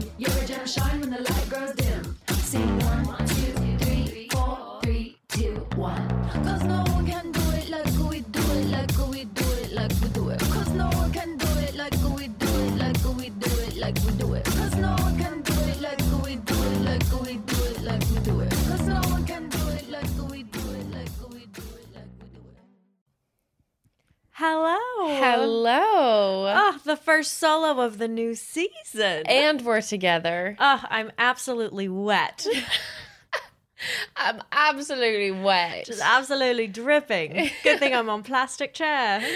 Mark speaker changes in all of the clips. Speaker 1: stars shine when the light grows dim. Sing one, two, three, four, three, two, one. Cause no one can do it like we do it, like we do it, like we do it. Cause no one can do it like we do it, like we do it, like we do it. Cause no one can do it like we do it, like we do it, like we do it. Cause no one can do it like we do it, like we do it, like we do it.
Speaker 2: Hello.
Speaker 3: Hello.
Speaker 2: Oh, the first solo of the new season.
Speaker 3: And we're together.
Speaker 2: oh, I'm absolutely wet.
Speaker 3: I'm absolutely wet.
Speaker 2: Just absolutely dripping. Good thing I'm on plastic chair.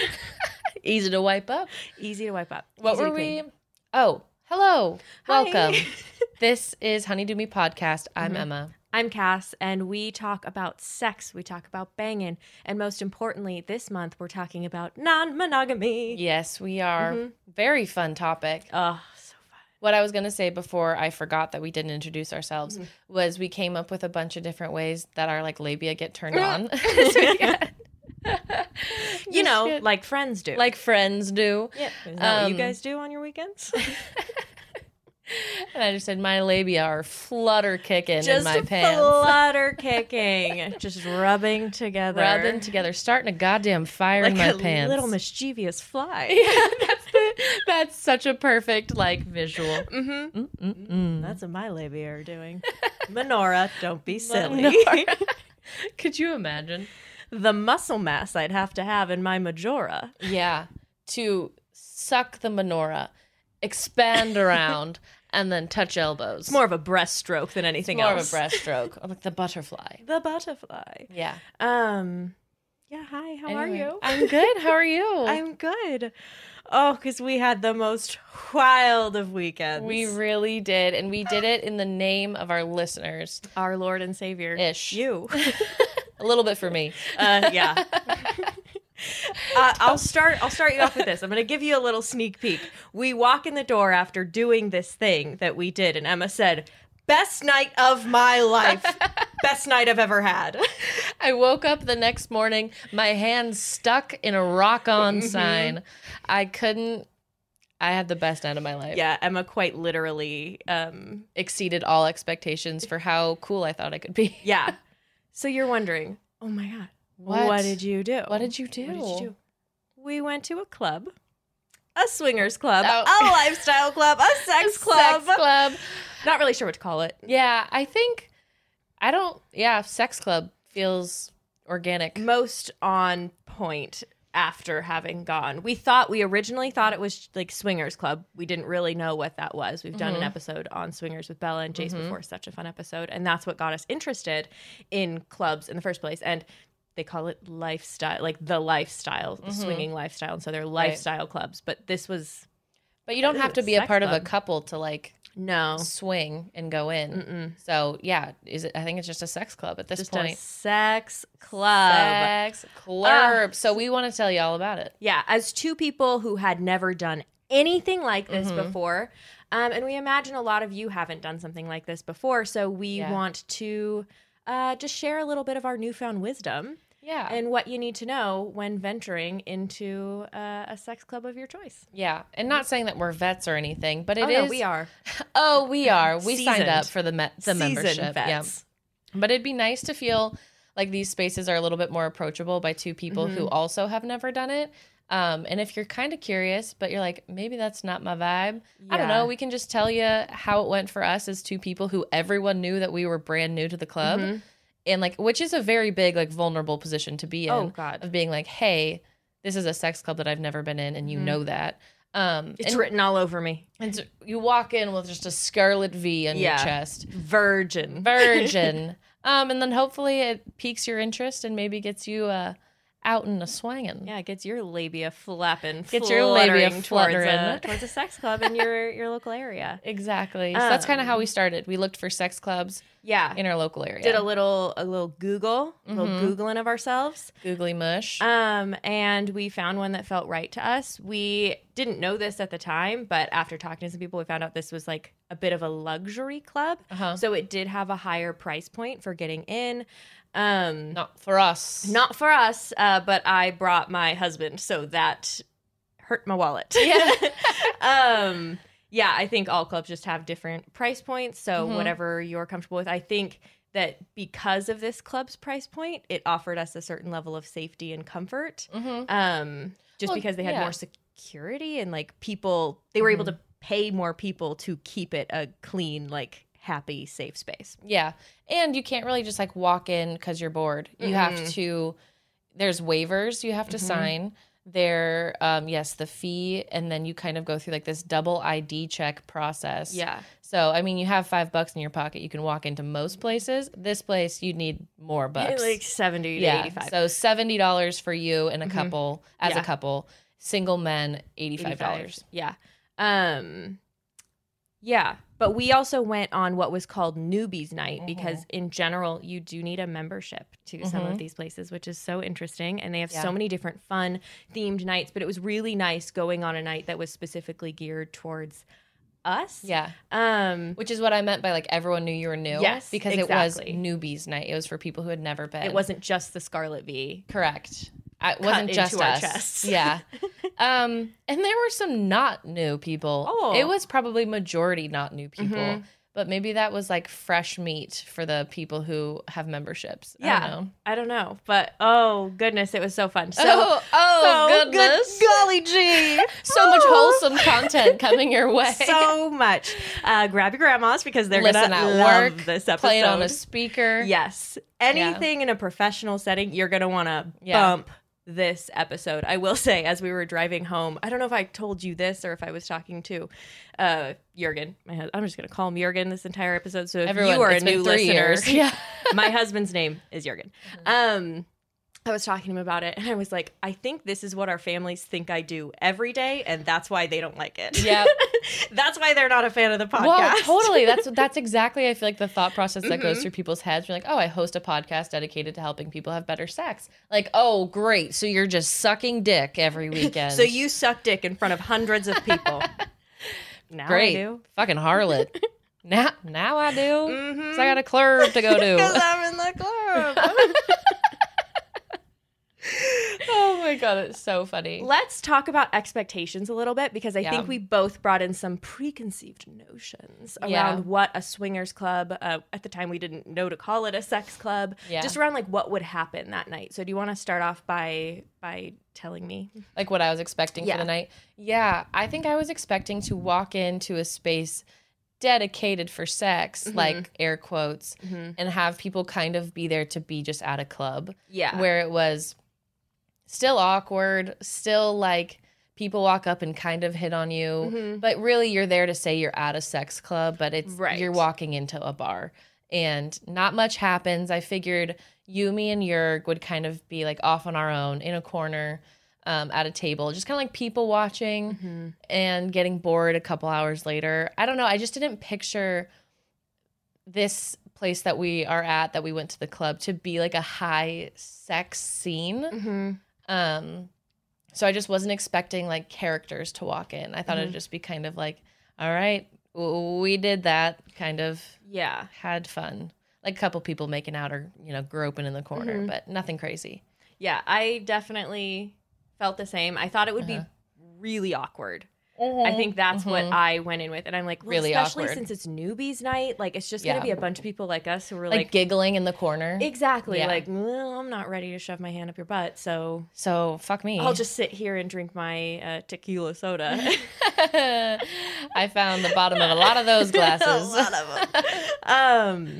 Speaker 3: Easy to wipe up.
Speaker 2: Easy to wipe up.
Speaker 3: What
Speaker 2: Easy to
Speaker 3: were we?
Speaker 2: clean.
Speaker 3: Oh, hello.
Speaker 2: Hi.
Speaker 3: Welcome. this is Honeydew Me Podcast. I'm Emma.
Speaker 2: I'm Cass, and we talk about sex. We talk about banging. And most importantly, this month, we're talking about non monogamy.
Speaker 3: Yes, we are.
Speaker 2: Mhm.
Speaker 3: Very fun topic.
Speaker 2: Oh, so fun.
Speaker 3: What I was going to say before I forgot that we didn't introduce ourselves was we came up with a bunch of different ways that our like labia get turned on. this weekend.
Speaker 2: You
Speaker 3: Just
Speaker 2: know,
Speaker 3: get-
Speaker 2: like friends do.
Speaker 3: like friends do.
Speaker 2: yeah. Is that what you
Speaker 3: um,
Speaker 2: guys do on your weekends?
Speaker 3: And I just said my labia are flutter kicking in
Speaker 2: Just
Speaker 3: my pants.
Speaker 2: flutter kicking, just rubbing together.
Speaker 3: rubbing together, starting a goddamn fire
Speaker 2: like
Speaker 3: in my
Speaker 2: a
Speaker 3: pants.
Speaker 2: little mischievous fly.
Speaker 3: yeah, that's, the, that's such a perfect like visual.
Speaker 2: mm-hmm.
Speaker 3: Mm-mm-mm.
Speaker 2: That's what my labia are doing. Menorah, don't be silly.
Speaker 3: Menorah. Could you imagine?
Speaker 2: the muscle mass I'd have to have in my majora.
Speaker 3: Yeah, to suck the menorah, expand around, and then touch elbows.
Speaker 2: It's more of a breaststroke than anything
Speaker 3: more
Speaker 2: else.
Speaker 3: of a breaststroke, or like the butterfly.
Speaker 2: The butterfly.
Speaker 3: Yeah.
Speaker 2: Um. Yeah. Hi. How
Speaker 3: Anyway,
Speaker 2: are you?
Speaker 3: I'm good. How are you?
Speaker 2: I'm good. Oh, because we had the most wild of weekends.
Speaker 3: We really did, and we did it in the name of our listeners.
Speaker 2: our Lord and Savior.
Speaker 3: Ish.
Speaker 2: You.
Speaker 3: A little bit for me.
Speaker 2: Uh, yeah. Uh, I'll start. I'll start you off with this. I'm going to give you a little sneak peek. We walk in the door after doing this thing that we did, and Emma said, "Best night of my life. Best night I've ever had."
Speaker 3: I woke up the next morning, my hand stuck in a rock on
Speaker 2: Mm-hmm.
Speaker 3: sign. I couldn't, I had the best night of my life.
Speaker 2: Yeah, Emma quite literally. Um,
Speaker 3: Exceeded all expectations for how cool I thought I could be.
Speaker 2: yeah. So you're wondering, oh my god,
Speaker 3: What?
Speaker 2: what, did you do?
Speaker 3: What did you do?
Speaker 2: What did you do? We went to a club, a swingers club,
Speaker 3: Oh.
Speaker 2: a lifestyle club, a sex club.
Speaker 3: Sex club.
Speaker 2: Not really sure what to call it.
Speaker 3: Yeah, I think, I don't, yeah, sex club feels organic.
Speaker 2: most on point after having gone. We thought we originally thought it was like swingers club. We didn't really know what that was. We've done an episode on swingers with Bella and Jace before, such a fun episode, and that's what got us interested in clubs in the first place. And they call it lifestyle, like the lifestyle, the swinging lifestyle, and so they're lifestyle clubs. But this was
Speaker 3: But you don't
Speaker 2: Ooh,
Speaker 3: have to be a
Speaker 2: sex
Speaker 3: part of
Speaker 2: club.
Speaker 3: a couple to like
Speaker 2: no
Speaker 3: swing and go in. So yeah, is it? I think it's just a sex club at this
Speaker 2: just a
Speaker 3: point.
Speaker 2: sex club.
Speaker 3: Sex club. so we want to tell you all about it.
Speaker 2: Yeah, as two people who had never done anything like this
Speaker 3: Mm-hmm.
Speaker 2: before. Um, and we imagine a lot of you haven't done something like this before. So we
Speaker 3: Yeah.
Speaker 2: want to uh, just share a little bit of our newfound wisdom
Speaker 3: Yeah.
Speaker 2: and what you need to know when venturing into uh, a sex club of your choice.
Speaker 3: Yeah, and not saying that we're vets or anything, but it is.
Speaker 2: oh, no, we are.
Speaker 3: Oh, we are. We signed
Speaker 2: Seasoned.
Speaker 3: up for the me- the membership.
Speaker 2: vets.
Speaker 3: Yeah, but it'd be nice to feel like these spaces are a little bit more approachable by two people who
Speaker 2: Mm-hmm.
Speaker 3: also have never done it. Um, and if you're kind of curious, but you're like, maybe that's not my vibe. I don't
Speaker 2: Yeah.
Speaker 3: know. We can just tell you how it went for us as two people who everyone knew that we were brand new to the club,
Speaker 2: Mm-hmm.
Speaker 3: and like, which is a very big like vulnerable position to be in.
Speaker 2: Oh, God.
Speaker 3: of being like, hey, this is a sex club that I've never been in, and you know that. Um,
Speaker 2: Mm-hmm. It's
Speaker 3: and-
Speaker 2: written all over me.
Speaker 3: and so you walk in with just a scarlet V on
Speaker 2: Yeah.
Speaker 3: your chest.
Speaker 2: Virgin.
Speaker 3: Virgin. um, and then hopefully it piques your interest and maybe gets you uh, out and a swangin'.
Speaker 2: yeah, gets your labia flapping.
Speaker 3: Gets your labia
Speaker 2: fluttering
Speaker 3: fluttering.
Speaker 2: towards a, towards a sex club in your, your local area.
Speaker 3: Exactly. so that's kind of how we started. We looked for sex clubs
Speaker 2: Um. Yeah.
Speaker 3: in our local area.
Speaker 2: did a little a little Google, a little googling of ourselves.
Speaker 3: googly mush.
Speaker 2: Um, and we found one that felt right to us. We didn't know this at the time, but after talking to some people, we found out this was like a bit of a luxury club.
Speaker 3: Uh-huh.
Speaker 2: So it did have a higher price point for getting in. Um,
Speaker 3: Not for us.
Speaker 2: not for us, uh, but I brought my husband, so that hurt my wallet.
Speaker 3: Yeah.
Speaker 2: um, yeah, I think all clubs just have different price points. So
Speaker 3: Mm-hmm.
Speaker 2: whatever you're comfortable with, I think that because of this club's price point, it offered us a certain level of safety and comfort.
Speaker 3: Mm-hmm.
Speaker 2: Um, just
Speaker 3: Well,
Speaker 2: because they had
Speaker 3: yeah. Mm-hmm.
Speaker 2: more security and like people, they were able to pay more people to keep it a clean, like happy, safe space.
Speaker 3: Yeah. And you can't really just like walk in because you're bored. You have
Speaker 2: Mm-mm.
Speaker 3: to, there's waivers you have to
Speaker 2: Mhm.
Speaker 3: sign. There, um, yes, the fee. And then you kind of go through like this double ID check process. So, I mean, you have five bucks in your pocket. You can walk into most places. This place, you need more bucks.
Speaker 2: like seventy to
Speaker 3: yeah.
Speaker 2: eighty-five.
Speaker 3: So $70 for you and a
Speaker 2: Mhm.
Speaker 3: couple, as
Speaker 2: Yeah.
Speaker 3: a couple, single men, $85.
Speaker 2: 85. Yeah. Um yeah, but we also went on what was called newbies night
Speaker 3: Mm-hmm.
Speaker 2: because in general you do need a membership to some of
Speaker 3: Mhm.
Speaker 2: these places, which is so interesting and they have
Speaker 3: Yeah.
Speaker 2: so many different fun themed nights, but it was really nice going on a night that was specifically geared towards us.
Speaker 3: Yeah.
Speaker 2: Um
Speaker 3: Which is what I meant by like everyone knew you were new.
Speaker 2: Yes,
Speaker 3: Because
Speaker 2: exactly.
Speaker 3: it was newbies night. It was for people who had never been.
Speaker 2: it wasn't just the Scarlet V.
Speaker 3: Correct. I- It wasn't
Speaker 2: into
Speaker 3: just
Speaker 2: our
Speaker 3: us.
Speaker 2: chests.
Speaker 3: Yeah. um, and there were some not new people.
Speaker 2: Oh.
Speaker 3: It was probably majority not new people.
Speaker 2: Mhm.
Speaker 3: But maybe that was like fresh meat for the people who have memberships. I
Speaker 2: Yeah.
Speaker 3: don't know.
Speaker 2: I don't know, but oh goodness, it was so fun. So
Speaker 3: oh, oh
Speaker 2: so
Speaker 3: goodness.
Speaker 2: Good golly gee.
Speaker 3: so much wholesome content coming your way.
Speaker 2: so much. Uh, grab your grandmas because they're
Speaker 3: Listen
Speaker 2: gonna
Speaker 3: at
Speaker 2: love
Speaker 3: work,
Speaker 2: this episode.
Speaker 3: play it on a speaker.
Speaker 2: yes, anything in a professional setting, you're gonna want to
Speaker 3: Yeah.
Speaker 2: bump this episode. I will say, as we were driving home, I don't know if I told you this or if I was talking to uh, Jurgen. My husband. I'm just gonna call him Jurgen this entire episode. So if
Speaker 3: Everyone,
Speaker 2: you are a
Speaker 3: it's been
Speaker 2: new
Speaker 3: three
Speaker 2: listener,
Speaker 3: years. Mm-hmm. Yeah.
Speaker 2: my husband's name is Jurgen. Um, I was talking to him about it, and I was like, I think this is what our families think I do every day, and that's why they don't like it.
Speaker 3: Yep.
Speaker 2: that's why they're not a fan of the podcast.
Speaker 3: Well, totally. That's that's exactly I feel like the thought process that
Speaker 2: Mm-hmm.
Speaker 3: goes through people's heads. You're like, oh, I host a podcast dedicated to helping people have better sex. Like, oh, great. So you're just sucking dick every weekend.
Speaker 2: So you suck dick in front of hundreds of people. now
Speaker 3: great,
Speaker 2: I do. Mm-hmm.
Speaker 3: fucking harlot. now, now I do. 'Cause I got a club to go
Speaker 2: Because
Speaker 3: to.
Speaker 2: I'm in the club.
Speaker 3: oh my god, it's so funny.
Speaker 2: Let's talk about expectations a little bit because I
Speaker 3: Yeah.
Speaker 2: think we both brought in some preconceived notions around
Speaker 3: Yeah.
Speaker 2: what a swingers club, uh, at the time we didn't know to call it a sex club,
Speaker 3: Yeah.
Speaker 2: just around like what would happen that night. So do you want to start off by by telling me?
Speaker 3: like what I was expecting
Speaker 2: Yeah.
Speaker 3: for the night. Yeah, I think I was expecting to walk into a space dedicated for sex,
Speaker 2: Mm-hmm.
Speaker 3: like air quotes, and have people kind of be there to be just at a club
Speaker 2: Yeah.
Speaker 3: where it was still awkward, still like people walk up and kind of hit on you,
Speaker 2: Mm-hmm.
Speaker 3: but really you're there to say you're at a sex club, but it's
Speaker 2: Right.
Speaker 3: you're walking into a bar and not much happens. I figured you, me, and Jurg would kind of be like off on our own in a corner. Um, at a table, just kind of like people
Speaker 2: Mm-hmm.
Speaker 3: watching and getting bored a couple hours later. I don't know. I just didn't picture this place that we are at that we went to the club to be like a high sex scene
Speaker 2: Mm-hmm.
Speaker 3: um so i just wasn't expecting like characters to walk in i thought
Speaker 2: Mm-hmm.
Speaker 3: it'd just be kind of like all right w- we did that kind of
Speaker 2: Yeah.
Speaker 3: had fun like a couple people making out or you know groping in the corner
Speaker 2: Mhm.
Speaker 3: but nothing crazy
Speaker 2: Yeah, I definitely felt the same. I thought it would
Speaker 3: Uh-huh.
Speaker 2: be really awkward. I think that's
Speaker 3: Mhm.
Speaker 2: what I went in with, and I'm like, Mm-hmm. well,
Speaker 3: Really
Speaker 2: especially
Speaker 3: awkward.
Speaker 2: since it's newbies night, like it's just
Speaker 3: Yeah.
Speaker 2: gonna be a bunch of people like us who are
Speaker 3: like,
Speaker 2: like,
Speaker 3: giggling in the corner
Speaker 2: exactly,
Speaker 3: Yeah.
Speaker 2: like well, I'm not ready to shove my hand up your butt, so
Speaker 3: so fuck me
Speaker 2: I'll just sit here and drink my uh, tequila soda.
Speaker 3: i found the bottom of a lot of those glasses
Speaker 2: a lot of them. um,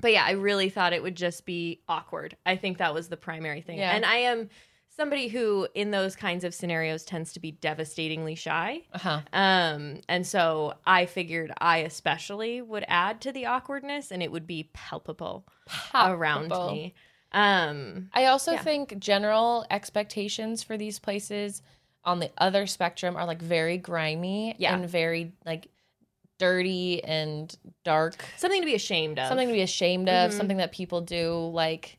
Speaker 2: but yeah, I really thought it would just be awkward. I think that was the primary thing,
Speaker 3: Yeah.
Speaker 2: and I am somebody who, in those kinds of scenarios, tends to be devastatingly shy.
Speaker 3: uh-huh
Speaker 2: Um, and so I figured I especially would add to the awkwardness and it would be palpable, around
Speaker 3: Palpable.
Speaker 2: me. Um,
Speaker 3: I also
Speaker 2: Yeah.
Speaker 3: think general expectations for these places on the other spectrum are like very grimy
Speaker 2: Yeah.
Speaker 3: and very like dirty and dark.
Speaker 2: something to be ashamed of.
Speaker 3: Something to be ashamed of,
Speaker 2: Mhm.
Speaker 3: something that people do like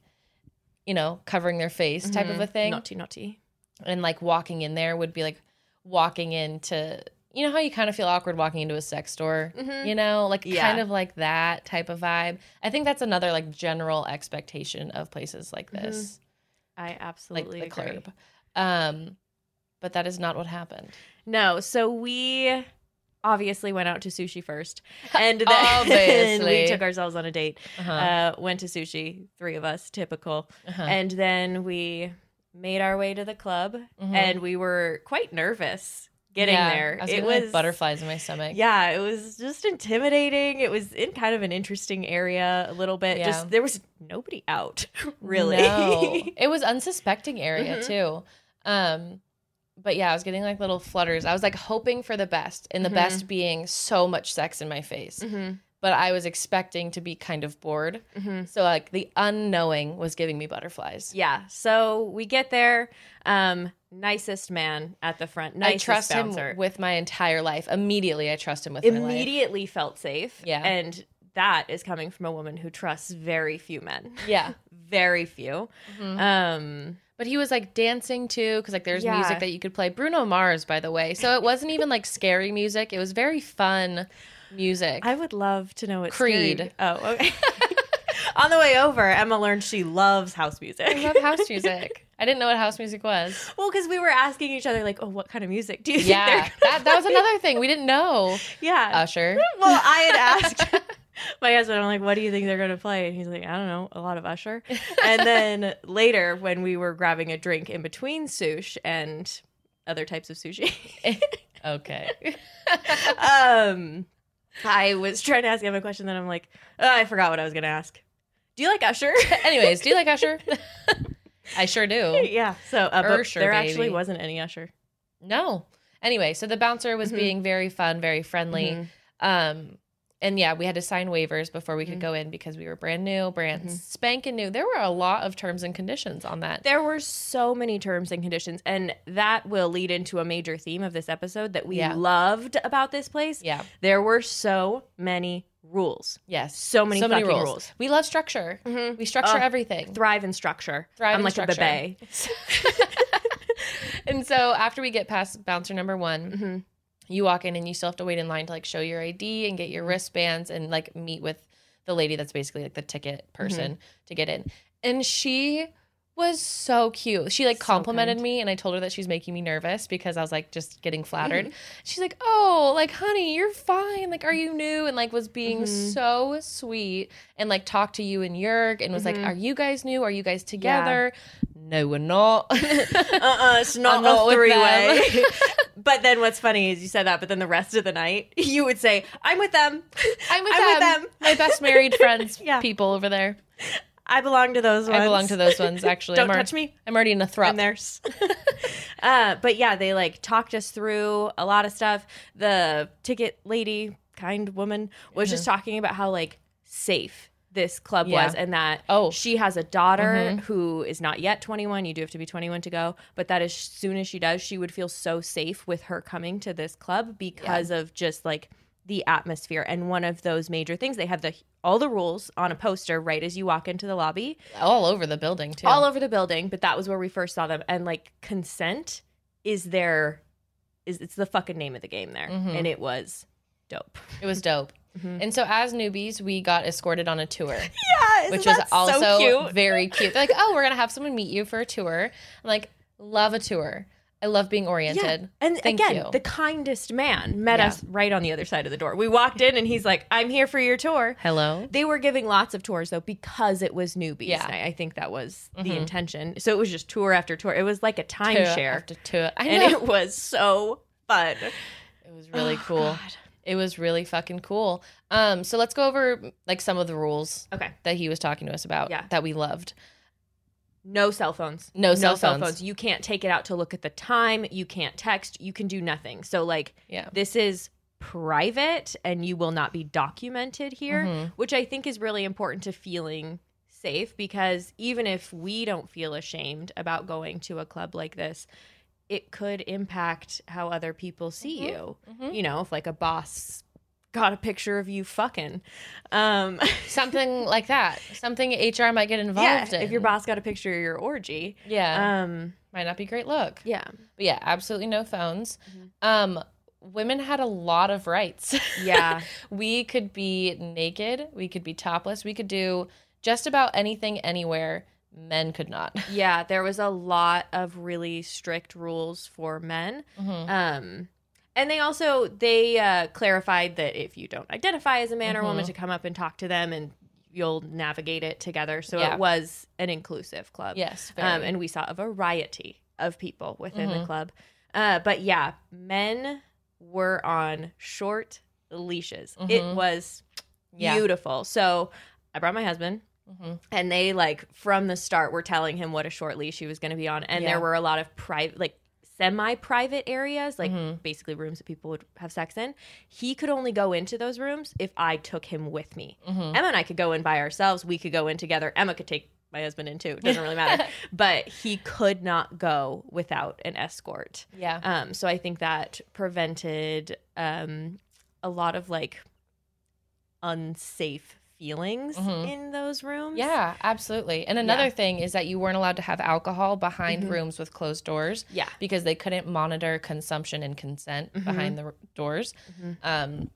Speaker 3: you know, covering their face type of a thing.
Speaker 2: Mm-hmm. Naughty, naughty.
Speaker 3: And like walking in there would be like walking into you know how you kind of feel awkward walking into a sex store?
Speaker 2: Mhm.
Speaker 3: You know, like
Speaker 2: Yeah.
Speaker 3: kind of like that type of vibe. I think that's another like general expectation of places like
Speaker 2: Mhm.
Speaker 3: this
Speaker 2: I absolutely
Speaker 3: like the
Speaker 2: agree.
Speaker 3: club. Um, but that is not what happened.
Speaker 2: No, so we obviously went out to sushi first, and then
Speaker 3: Obviously.
Speaker 2: we took ourselves on a date.
Speaker 3: Uh-huh.
Speaker 2: Uh, went to sushi, three of us, typical,
Speaker 3: Uh-huh.
Speaker 2: and then we made our way to the club,
Speaker 3: Mhm.
Speaker 2: and we were quite nervous getting
Speaker 3: Yeah,
Speaker 2: there.
Speaker 3: I was
Speaker 2: it
Speaker 3: getting,
Speaker 2: was
Speaker 3: like, butterflies in my stomach.
Speaker 2: Yeah, it was just intimidating. It was in kind of an interesting area, a little bit.
Speaker 3: Yeah.
Speaker 2: Just there was nobody out, really.
Speaker 3: No. it was unsuspecting area
Speaker 2: Mhm.
Speaker 3: too. Um, but yeah, I was getting like little flutters. I was like hoping for the best, and the
Speaker 2: Mhm.
Speaker 3: best being so much sex in my face.
Speaker 2: Mhm,
Speaker 3: But I was expecting to be kind of bored.
Speaker 2: mhm.
Speaker 3: So like the unknowing was giving me butterflies.
Speaker 2: Yeah. So we get there. Um, nicest man at the front.
Speaker 3: I
Speaker 2: Nicest
Speaker 3: trust
Speaker 2: bouncer.
Speaker 3: him with my entire life. Immediately, I trust him with my life.
Speaker 2: Immediately felt safe.
Speaker 3: Yeah.
Speaker 2: And that is coming from a woman who trusts very few men.
Speaker 3: Yeah.
Speaker 2: very few.
Speaker 3: Mhm.
Speaker 2: Um,
Speaker 3: But he was like dancing too, because like there's
Speaker 2: Yeah.
Speaker 3: music that you could play. Bruno Mars, by the way. So it wasn't even like scary music. It was very fun music.
Speaker 2: I would love to know what
Speaker 3: Creed.
Speaker 2: scary- Oh, okay. On the way over, Emma learned she loves house music.
Speaker 3: I love house music. I didn't know what house music was.
Speaker 2: well, because we were asking each other, like, oh, what kind of music do you
Speaker 3: Yeah,
Speaker 2: think they're
Speaker 3: that, that was another thing we didn't know.
Speaker 2: Yeah.
Speaker 3: Usher.
Speaker 2: well, I had asked my husband, I'm like, what do you think they're going to play? And he's like, I don't know, a lot of Usher. And then later, when we were grabbing a drink in between sush and other types of sushi,
Speaker 3: Okay.
Speaker 2: um, I was trying to ask him a question, then I'm like, oh, I forgot what I was going to ask. Do you like Usher?
Speaker 3: Anyways, do you like Usher? I sure do.
Speaker 2: yeah. So, uh, but
Speaker 3: Usher,
Speaker 2: there
Speaker 3: baby.
Speaker 2: actually wasn't any Usher.
Speaker 3: No. Anyway, so the bouncer was
Speaker 2: Mhm.
Speaker 3: being very fun, very
Speaker 2: Mm-hmm.
Speaker 3: friendly. Um, and yeah, we had to sign waivers before we could
Speaker 2: Mhm.
Speaker 3: go in because we were brand new, brand
Speaker 2: Mhm.
Speaker 3: spanking new. There were a lot of terms and conditions on that.
Speaker 2: There were so many terms and conditions, and that will lead into a major theme of this episode that we
Speaker 3: Yeah.
Speaker 2: loved about this place.
Speaker 3: Yeah.
Speaker 2: There were so many rules.
Speaker 3: Yes.
Speaker 2: So many fucking rules.
Speaker 3: We love structure.
Speaker 2: Mhm.
Speaker 3: We structure
Speaker 2: Ugh.
Speaker 3: everything.
Speaker 2: Thrive in structure.
Speaker 3: Thrive
Speaker 2: I'm
Speaker 3: in
Speaker 2: like
Speaker 3: structure.
Speaker 2: a bebe.
Speaker 3: And so after we get past bouncer number one,
Speaker 2: Mhm.
Speaker 3: you walk in and you still have to wait in line to like show your ID and get your
Speaker 2: Mm-hmm.
Speaker 3: wristbands and like meet with the lady that's basically like the ticket
Speaker 2: Mm-hmm.
Speaker 3: person to get in. And she was so cute. She like
Speaker 2: So
Speaker 3: complimented
Speaker 2: kind.
Speaker 3: me and I told her that she was making me nervous because I was like just getting flattered.
Speaker 2: Mm-hmm.
Speaker 3: She's like, "Oh, like honey, you're fine. Like are you new?" and like was being
Speaker 2: Mhm.
Speaker 3: so sweet and like talked to you and Jurg and was
Speaker 2: Mhm.
Speaker 3: like, "Are you guys new? Are you guys together?" No, we're not.
Speaker 2: Uh-uh, it's not
Speaker 3: I'm not
Speaker 2: a
Speaker 3: with
Speaker 2: three
Speaker 3: them.
Speaker 2: way. but then what's funny is you said that, but then the rest of the night you would say, "I'm with them.
Speaker 3: I'm with,
Speaker 2: I'm
Speaker 3: them.
Speaker 2: with them.
Speaker 3: My best married friends,
Speaker 2: Yeah.
Speaker 3: people over there.
Speaker 2: I belong to those ones.
Speaker 3: I belong to those ones, actually.
Speaker 2: Don't
Speaker 3: I'm already,
Speaker 2: touch me.
Speaker 3: I'm already in a thrup.
Speaker 2: I'm theirs. uh, but yeah, they like talked us through a lot of stuff. The ticket lady, kind woman, was just talking about how like safe this club
Speaker 3: Mm-hmm. Yeah.
Speaker 2: was and that
Speaker 3: Oh. Mm-hmm.
Speaker 2: she has a daughter who is not yet 21 you do have to be 21 to go but that as soon as she does she would feel so safe with her coming to this club because of just like the atmosphere and one of those major things they have the all the rules on a poster right as you walk into the lobby
Speaker 3: All over the building, too.
Speaker 2: all over the building but that was where we first saw them and like consent is their is it's the fucking name of the game there
Speaker 3: Mhm.
Speaker 2: and it was dope
Speaker 3: it was dope.
Speaker 2: Mhm.
Speaker 3: And so, as newbies, we got escorted on a tour,
Speaker 2: yeah
Speaker 3: which was also very cute. They're like, oh, we're going to have someone meet you for a tour. I'm like, love a tour. I love being oriented.
Speaker 2: And
Speaker 3: Thank
Speaker 2: again,
Speaker 3: you.
Speaker 2: the kindest man met
Speaker 3: Yeah.
Speaker 2: us right on the other side of the door. We walked in and he's like, I'm here for your tour.
Speaker 3: Hello.
Speaker 2: They were giving lots of tours though because it was newbies.
Speaker 3: Yeah.
Speaker 2: night. I think that was the
Speaker 3: Mhm.
Speaker 2: intention. So it was just tour after tour. It was like a
Speaker 3: Tour
Speaker 2: timeshare.
Speaker 3: After tour. I
Speaker 2: And
Speaker 3: know.
Speaker 2: it was so fun.
Speaker 3: It was really
Speaker 2: Oh,
Speaker 3: cool.
Speaker 2: God.
Speaker 3: It was really fucking cool. Um, so let's go over like some of the rules
Speaker 2: Okay.
Speaker 3: that he was talking to us about
Speaker 2: Yeah.
Speaker 3: that we loved.
Speaker 2: No cell phones.
Speaker 3: No cell phones.
Speaker 2: You can't take it out to look at the time. You can't text. You can do nothing. So like
Speaker 3: Yeah.
Speaker 2: this is private and you will not be documented here.
Speaker 3: Mhm.
Speaker 2: which I think is really important to feeling safe because even if we don't feel ashamed about going to a club like this, it could impact how other people see
Speaker 3: Mhm.
Speaker 2: you.
Speaker 3: Mhm.
Speaker 2: You know, if like a boss got a picture of you fucking. Um
Speaker 3: Something like that. Something HR might get
Speaker 2: yeah,
Speaker 3: involved in.
Speaker 2: if your boss got a picture of your orgy.
Speaker 3: Yeah.
Speaker 2: Um
Speaker 3: might not be a great look.
Speaker 2: yeah.
Speaker 3: But yeah, absolutely no phones.
Speaker 2: Mhm.
Speaker 3: Um, women had a lot of rights.
Speaker 2: Yeah.
Speaker 3: we could be naked, we could be topless, we could do just about anything anywhere. Men could not.
Speaker 2: yeah, there was a lot of really strict rules for men.
Speaker 3: Mhm.
Speaker 2: Um, And they also they uh, clarified that if you don't identify as a man or
Speaker 3: Mm-hmm.
Speaker 2: woman, to come up and talk to them, and you'll navigate it together. So
Speaker 3: Yeah.
Speaker 2: it was an inclusive club.
Speaker 3: Yes,
Speaker 2: um,
Speaker 3: very. Mm-hmm.
Speaker 2: and we saw a variety of people within the club. Uh, but yeah, men were on short leashes. It
Speaker 3: Mhm.
Speaker 2: was
Speaker 3: Yeah.
Speaker 2: beautiful. So I brought my husband.
Speaker 3: Mhm.
Speaker 2: And they like from the start were telling him what a short leash he was going to be on, and
Speaker 3: Yeah.
Speaker 2: there were a lot of private, like semi-private areas, like
Speaker 3: Mhm.
Speaker 2: basically rooms that people would have sex in. He could only go into those rooms if I took him with me.
Speaker 3: Mhm.
Speaker 2: Emma and I could go in by ourselves. We could go in together. Emma could take my husband in too. It doesn't really matter. But he could not go without an escort.
Speaker 3: Yeah.
Speaker 2: Um, so I think that prevented um, a lot of like unsafe feelings
Speaker 3: Mhm.
Speaker 2: in those rooms.
Speaker 3: Yeah, absolutely. And another thing is that you weren't allowed to have alcohol behind
Speaker 2: Mhm.
Speaker 3: rooms with closed doors
Speaker 2: Yeah.
Speaker 3: because they couldn't monitor consumption and consent
Speaker 2: Mhm.
Speaker 3: behind the r- doors.
Speaker 2: Mhm.
Speaker 3: Um,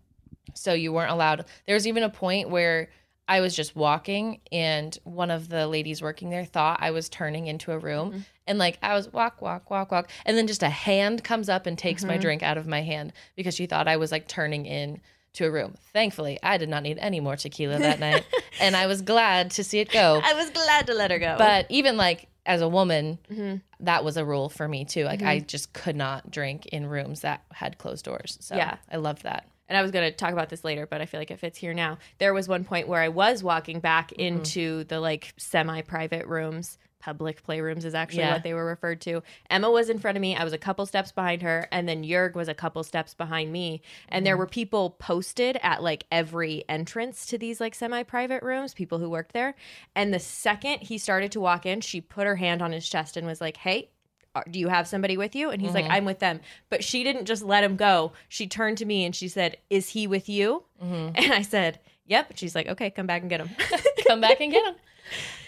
Speaker 3: so you weren't allowed. There was even a point where I was just walking and one of the ladies working there thought I was turning into a room. And like I was walk, walk, walk, walk. And then just a hand comes up and takes my
Speaker 2: Mhm.
Speaker 3: drink out of my hand because she thought I was like turning in to a room. Thankfully, I did not need any more tequila that night. And I was glad to see it go.
Speaker 2: I was glad to let her go.
Speaker 3: But even like as a woman,
Speaker 2: Mhm.
Speaker 3: that was a rule for me too. Like
Speaker 2: Mm-hmm.
Speaker 3: I just could not drink in rooms that had closed doors. So
Speaker 2: Yeah.
Speaker 3: I loved that.
Speaker 2: and I was going to talk about this later, but I feel like it fits here now. There was one point where I was walking back into the like semi private rooms. Public playrooms is actually
Speaker 3: Yeah.
Speaker 2: what they were referred to. Emma was in front of me. I was a couple steps behind her. And then Jurg was a couple steps behind me. And there were people posted at like every entrance to these like semi private rooms, people who worked there. And the second he started to walk in, she put her hand on his chest and was like, hey, are- do you have somebody with you? And he's
Speaker 3: Mm-hmm.
Speaker 2: like, I'm with them. But she didn't just let him go. She turned to me and she said, Is he with you?
Speaker 3: Mm-hmm.
Speaker 2: And I said, Yep. And she's like, Okay, come back and get him.
Speaker 3: Come back and get them.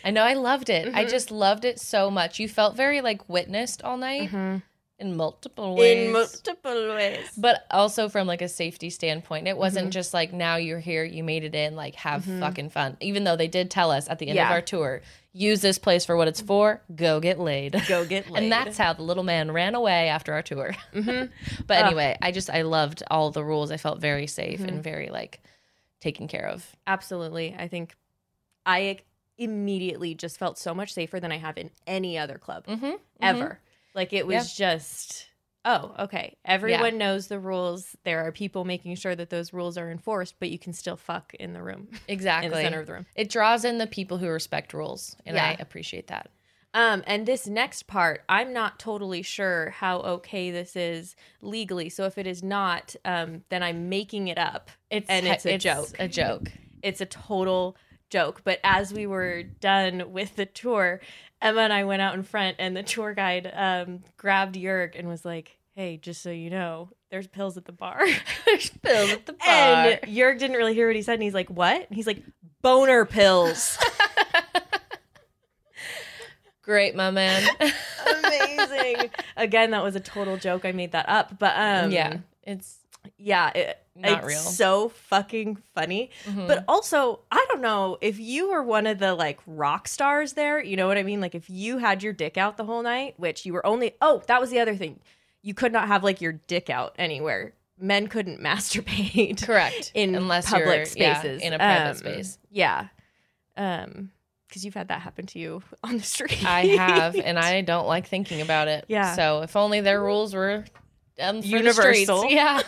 Speaker 3: I know I loved it.
Speaker 2: Mm-hmm.
Speaker 3: I just loved it so much. You felt very like witnessed all night in multiple ways.
Speaker 2: Mm-hmm. In multiple ways.
Speaker 3: but also from like a safety standpoint it
Speaker 2: Mm-hmm.
Speaker 3: wasn't just like now you're here you made it in like have fucking fun even though they did tell us at the end of
Speaker 2: Yeah.
Speaker 3: our tour use this place for what it's for go get laid
Speaker 2: Go get laid. Mm-hmm.
Speaker 3: and that's how the little man ran away after our tour but
Speaker 2: Ugh. Mm-hmm.
Speaker 3: anyway i just i loved all the rules i felt very safe and very like taken care of
Speaker 2: absolutely. I think I immediately just felt so much safer than I have in any other club
Speaker 3: mm-hmm.
Speaker 2: ever. Like it was just, oh, okay. Everyone knows the rules. There are people making sure that those rules are enforced, but you can still fuck in the room,
Speaker 3: exactly
Speaker 2: in the center of the room.
Speaker 3: it draws in the people who respect rules and i
Speaker 2: Yeah.
Speaker 3: appreciate that
Speaker 2: Um, and this next part, I'm not totally sure how okay this is legally. So if it is not, um, then I'm making it up.
Speaker 3: it's
Speaker 2: And it's a joke.
Speaker 3: a joke
Speaker 2: It's a total joke. But as we were done with the tour, Emma and I went out in front, and the tour guide um, grabbed Jurg and was like, "Hey, just so you know, there's pills at the bar."
Speaker 3: there's pills at the bar
Speaker 2: and Jurg didn't really hear what he said, and he's like, "What?" And he's like, "Boner pills."
Speaker 3: great my man
Speaker 2: Amazing. Again, that was a total joke. I made that up, but um,
Speaker 3: yeah it's
Speaker 2: yeah it,
Speaker 3: Not
Speaker 2: it's
Speaker 3: real.
Speaker 2: so fucking funny
Speaker 3: Mhm.
Speaker 2: but also i don't know if you were one of the like rock stars there you know what i mean like if you had your dick out the whole night which you were only oh that was the other thing you could not have like your dick out anywhere men couldn't masturbate
Speaker 3: correct
Speaker 2: in
Speaker 3: unless
Speaker 2: public
Speaker 3: you're, yeah,
Speaker 2: spaces
Speaker 3: in a private
Speaker 2: Um,
Speaker 3: space
Speaker 2: yeah um because you've had that happen to you on the street
Speaker 3: I have, and I don't like thinking about it.
Speaker 2: Yeah.
Speaker 3: So if only their rules were um, for The
Speaker 2: Universal.
Speaker 3: streets. yeah.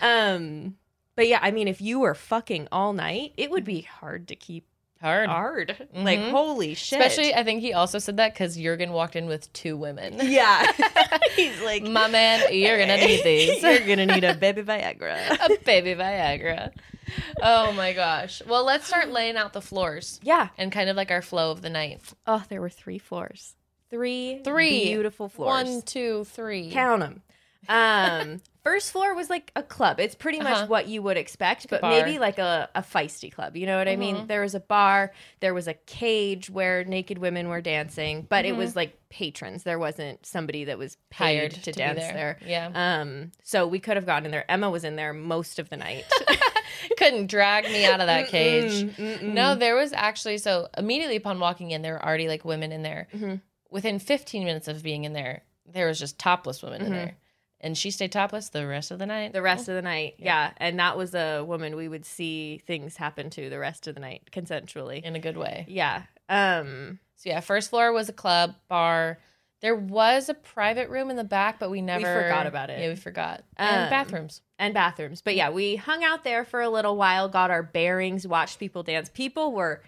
Speaker 2: um but yeah i mean if you were fucking all night it would be hard to keep
Speaker 3: Hard.
Speaker 2: hard. Like
Speaker 3: Mhm.
Speaker 2: holy shit.
Speaker 3: Especially, I think he also said that because Jurgen walked in with two women.
Speaker 2: yeah. He's like
Speaker 3: My man, you're gonna need these.
Speaker 2: You're gonna need a baby Viagra.
Speaker 3: a baby Viagra. Oh my gosh. Well, let's start laying out the floors
Speaker 2: yeah.
Speaker 3: and kind of like our flow of the night.
Speaker 2: Oh, there were three floors. Three
Speaker 3: Three.
Speaker 2: beautiful floors.
Speaker 3: One, two, three.
Speaker 2: Count them. Um, first floor was like a club. It's pretty
Speaker 3: Uh-huh.
Speaker 2: much what you would expect, but
Speaker 3: bar. Mm-hmm.
Speaker 2: maybe like a, a feisty club. You know what I mean? There was a bar, there was a cage where naked women were dancing, but it was like patrons. There wasn't somebody that was paid
Speaker 3: Mm-hmm. Hired
Speaker 2: to,
Speaker 3: to be
Speaker 2: dance
Speaker 3: there.
Speaker 2: there.
Speaker 3: Yeah.
Speaker 2: Um, so we could have gotten in there. Emma was in there most of the night.
Speaker 3: couldn't drag me out of that cage.
Speaker 2: Mm, mm, mm.
Speaker 3: No, there was actually so immediately upon walking in, there were already like women in there.
Speaker 2: Mhm.
Speaker 3: Within 15 minutes of being in there, there was just topless women in there. and she stayed topless the rest of the night.
Speaker 2: Mm-hmm.
Speaker 3: Oh,
Speaker 2: the rest of the night. Yeah. And that was a woman we would see things happen to the rest of the night consensually.
Speaker 3: in a good way.
Speaker 2: Yeah. Um
Speaker 3: So yeah, first floor was a club bar. There was a private room in the back, but we never
Speaker 2: forgot about it.
Speaker 3: Yeah, we forgot. and
Speaker 2: Um,
Speaker 3: bathrooms.
Speaker 2: and bathrooms. But yeah, we hung out there for a little while, got our bearings, watched people dance. People were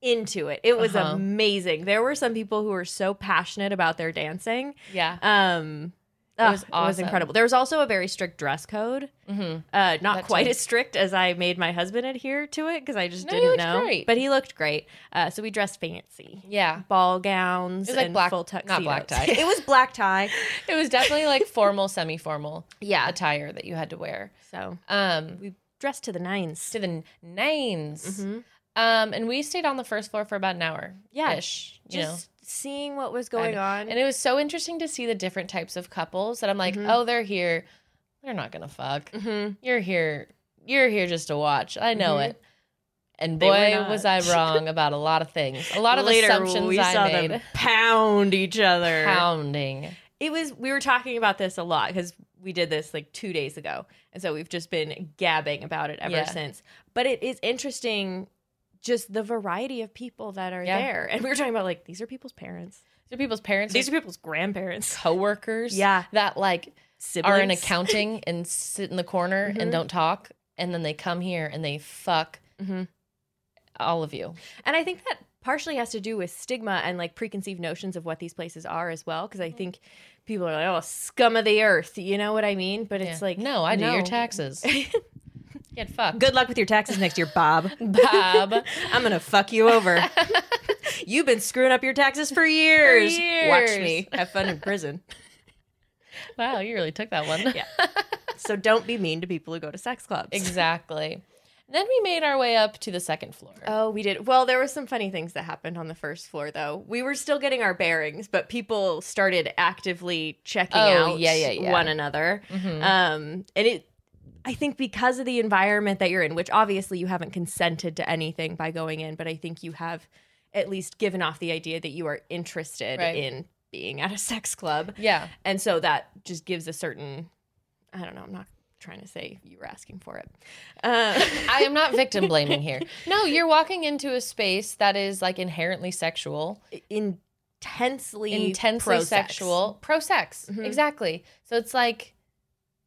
Speaker 2: into it. It was
Speaker 3: Uh-huh.
Speaker 2: amazing. There were some people who were so passionate about their dancing.
Speaker 3: Yeah.
Speaker 2: Um
Speaker 3: It
Speaker 2: ugh,
Speaker 3: was
Speaker 2: it was
Speaker 3: Ah, awesome.
Speaker 2: incredible. There was also a very strict dress code.
Speaker 3: Mm-hmm.
Speaker 2: uh, not
Speaker 3: That
Speaker 2: quite
Speaker 3: too.
Speaker 2: as strict as I made my husband adhere to it because I just
Speaker 3: No, he
Speaker 2: didn't
Speaker 3: looked
Speaker 2: know.
Speaker 3: great.
Speaker 2: But he looked great. Uh, so we dressed fancy,
Speaker 3: Yeah.
Speaker 2: ball gowns,
Speaker 3: It was like
Speaker 2: and
Speaker 3: black-
Speaker 2: full
Speaker 3: not
Speaker 2: tuxedos.
Speaker 3: black tie.
Speaker 2: it was black tie.
Speaker 3: It was definitely like formal, semi formal
Speaker 2: Yeah.
Speaker 3: attire that you had to wear.
Speaker 2: So
Speaker 3: Um
Speaker 2: dressed to the nines.
Speaker 3: to the 9s
Speaker 2: Mhm.
Speaker 3: Um, and we stayed on the first floor for about an hour.
Speaker 2: Yeah,
Speaker 3: Ish. You know.
Speaker 2: Just seeing what was going on.
Speaker 3: And it was so interesting to see the different types of couples that I'm like,
Speaker 2: Mhm.
Speaker 3: oh, they're here. They're not gonna fuck.
Speaker 2: Mhm.
Speaker 3: You're here. You're here just to watch. I know
Speaker 2: Mhm.
Speaker 3: it. And
Speaker 2: They were
Speaker 3: boy,
Speaker 2: not.
Speaker 3: was I wrong about a lot of things. A lot of
Speaker 2: Later,
Speaker 3: assumptions
Speaker 2: we
Speaker 3: I
Speaker 2: saw
Speaker 3: made.
Speaker 2: them pound each other.
Speaker 3: Pounding.
Speaker 2: It was. We were talking about this a lot because we did this like two days ago, and so we've just been gabbing about it ever
Speaker 3: Yeah.
Speaker 2: since. But it is interesting, just the variety of people that are
Speaker 3: Yeah.
Speaker 2: there, and we were talking about like these are people's parents,
Speaker 3: These are people's parents.
Speaker 2: these are people's grandparents,
Speaker 3: coworkers.
Speaker 2: Yeah.
Speaker 3: That like
Speaker 2: siblings,
Speaker 3: are in accounting and sit in the corner
Speaker 2: Mhm.
Speaker 3: and don't talk, and then they come here and they fuck
Speaker 2: Mhm.
Speaker 3: all of you.
Speaker 2: and I think that partially has to do with stigma and like preconceived notions of what these places are as well. Because
Speaker 3: Mm.
Speaker 2: I think people are like, oh, scum of the earth, you know what I mean? But it's
Speaker 3: Yeah.
Speaker 2: like,
Speaker 3: no, I do your
Speaker 2: no.
Speaker 3: taxes. Get fucked,
Speaker 2: Good luck with your taxes next year, Bob.
Speaker 3: Bob.
Speaker 2: I'm gonna fuck you over. You've been screwing up your taxes for years. Watch
Speaker 3: years.
Speaker 2: me have fun in prison.
Speaker 3: wow, you really took that one.
Speaker 2: Yeah. so don't be mean to people who go to sex clubs.
Speaker 3: exactly. Then we made our way up to the second floor.
Speaker 2: Oh, we did. Well, there were some funny things that happened on the first floor, though. We were still getting our bearings, but people started actively checking
Speaker 3: Oh,
Speaker 2: out
Speaker 3: yeah, yeah, yeah.
Speaker 2: one another.
Speaker 3: Mhm.
Speaker 2: Um, and it, I think, because of the environment that you're in, which obviously you haven't consented to anything by going in, but I think you have at least given off the idea that you are interested
Speaker 3: Right.
Speaker 2: in being at a sex club,
Speaker 3: yeah.
Speaker 2: and so that just gives a certain, I don't know, I'm not trying to say you were asking for it. Uh,
Speaker 3: I am not victim blaming here. No, you're walking into a space that is like inherently sexual,
Speaker 2: intensely
Speaker 3: intensely
Speaker 2: pro-sex.
Speaker 3: sexual, pro sex.
Speaker 2: Mhm.
Speaker 3: Exactly. So it's like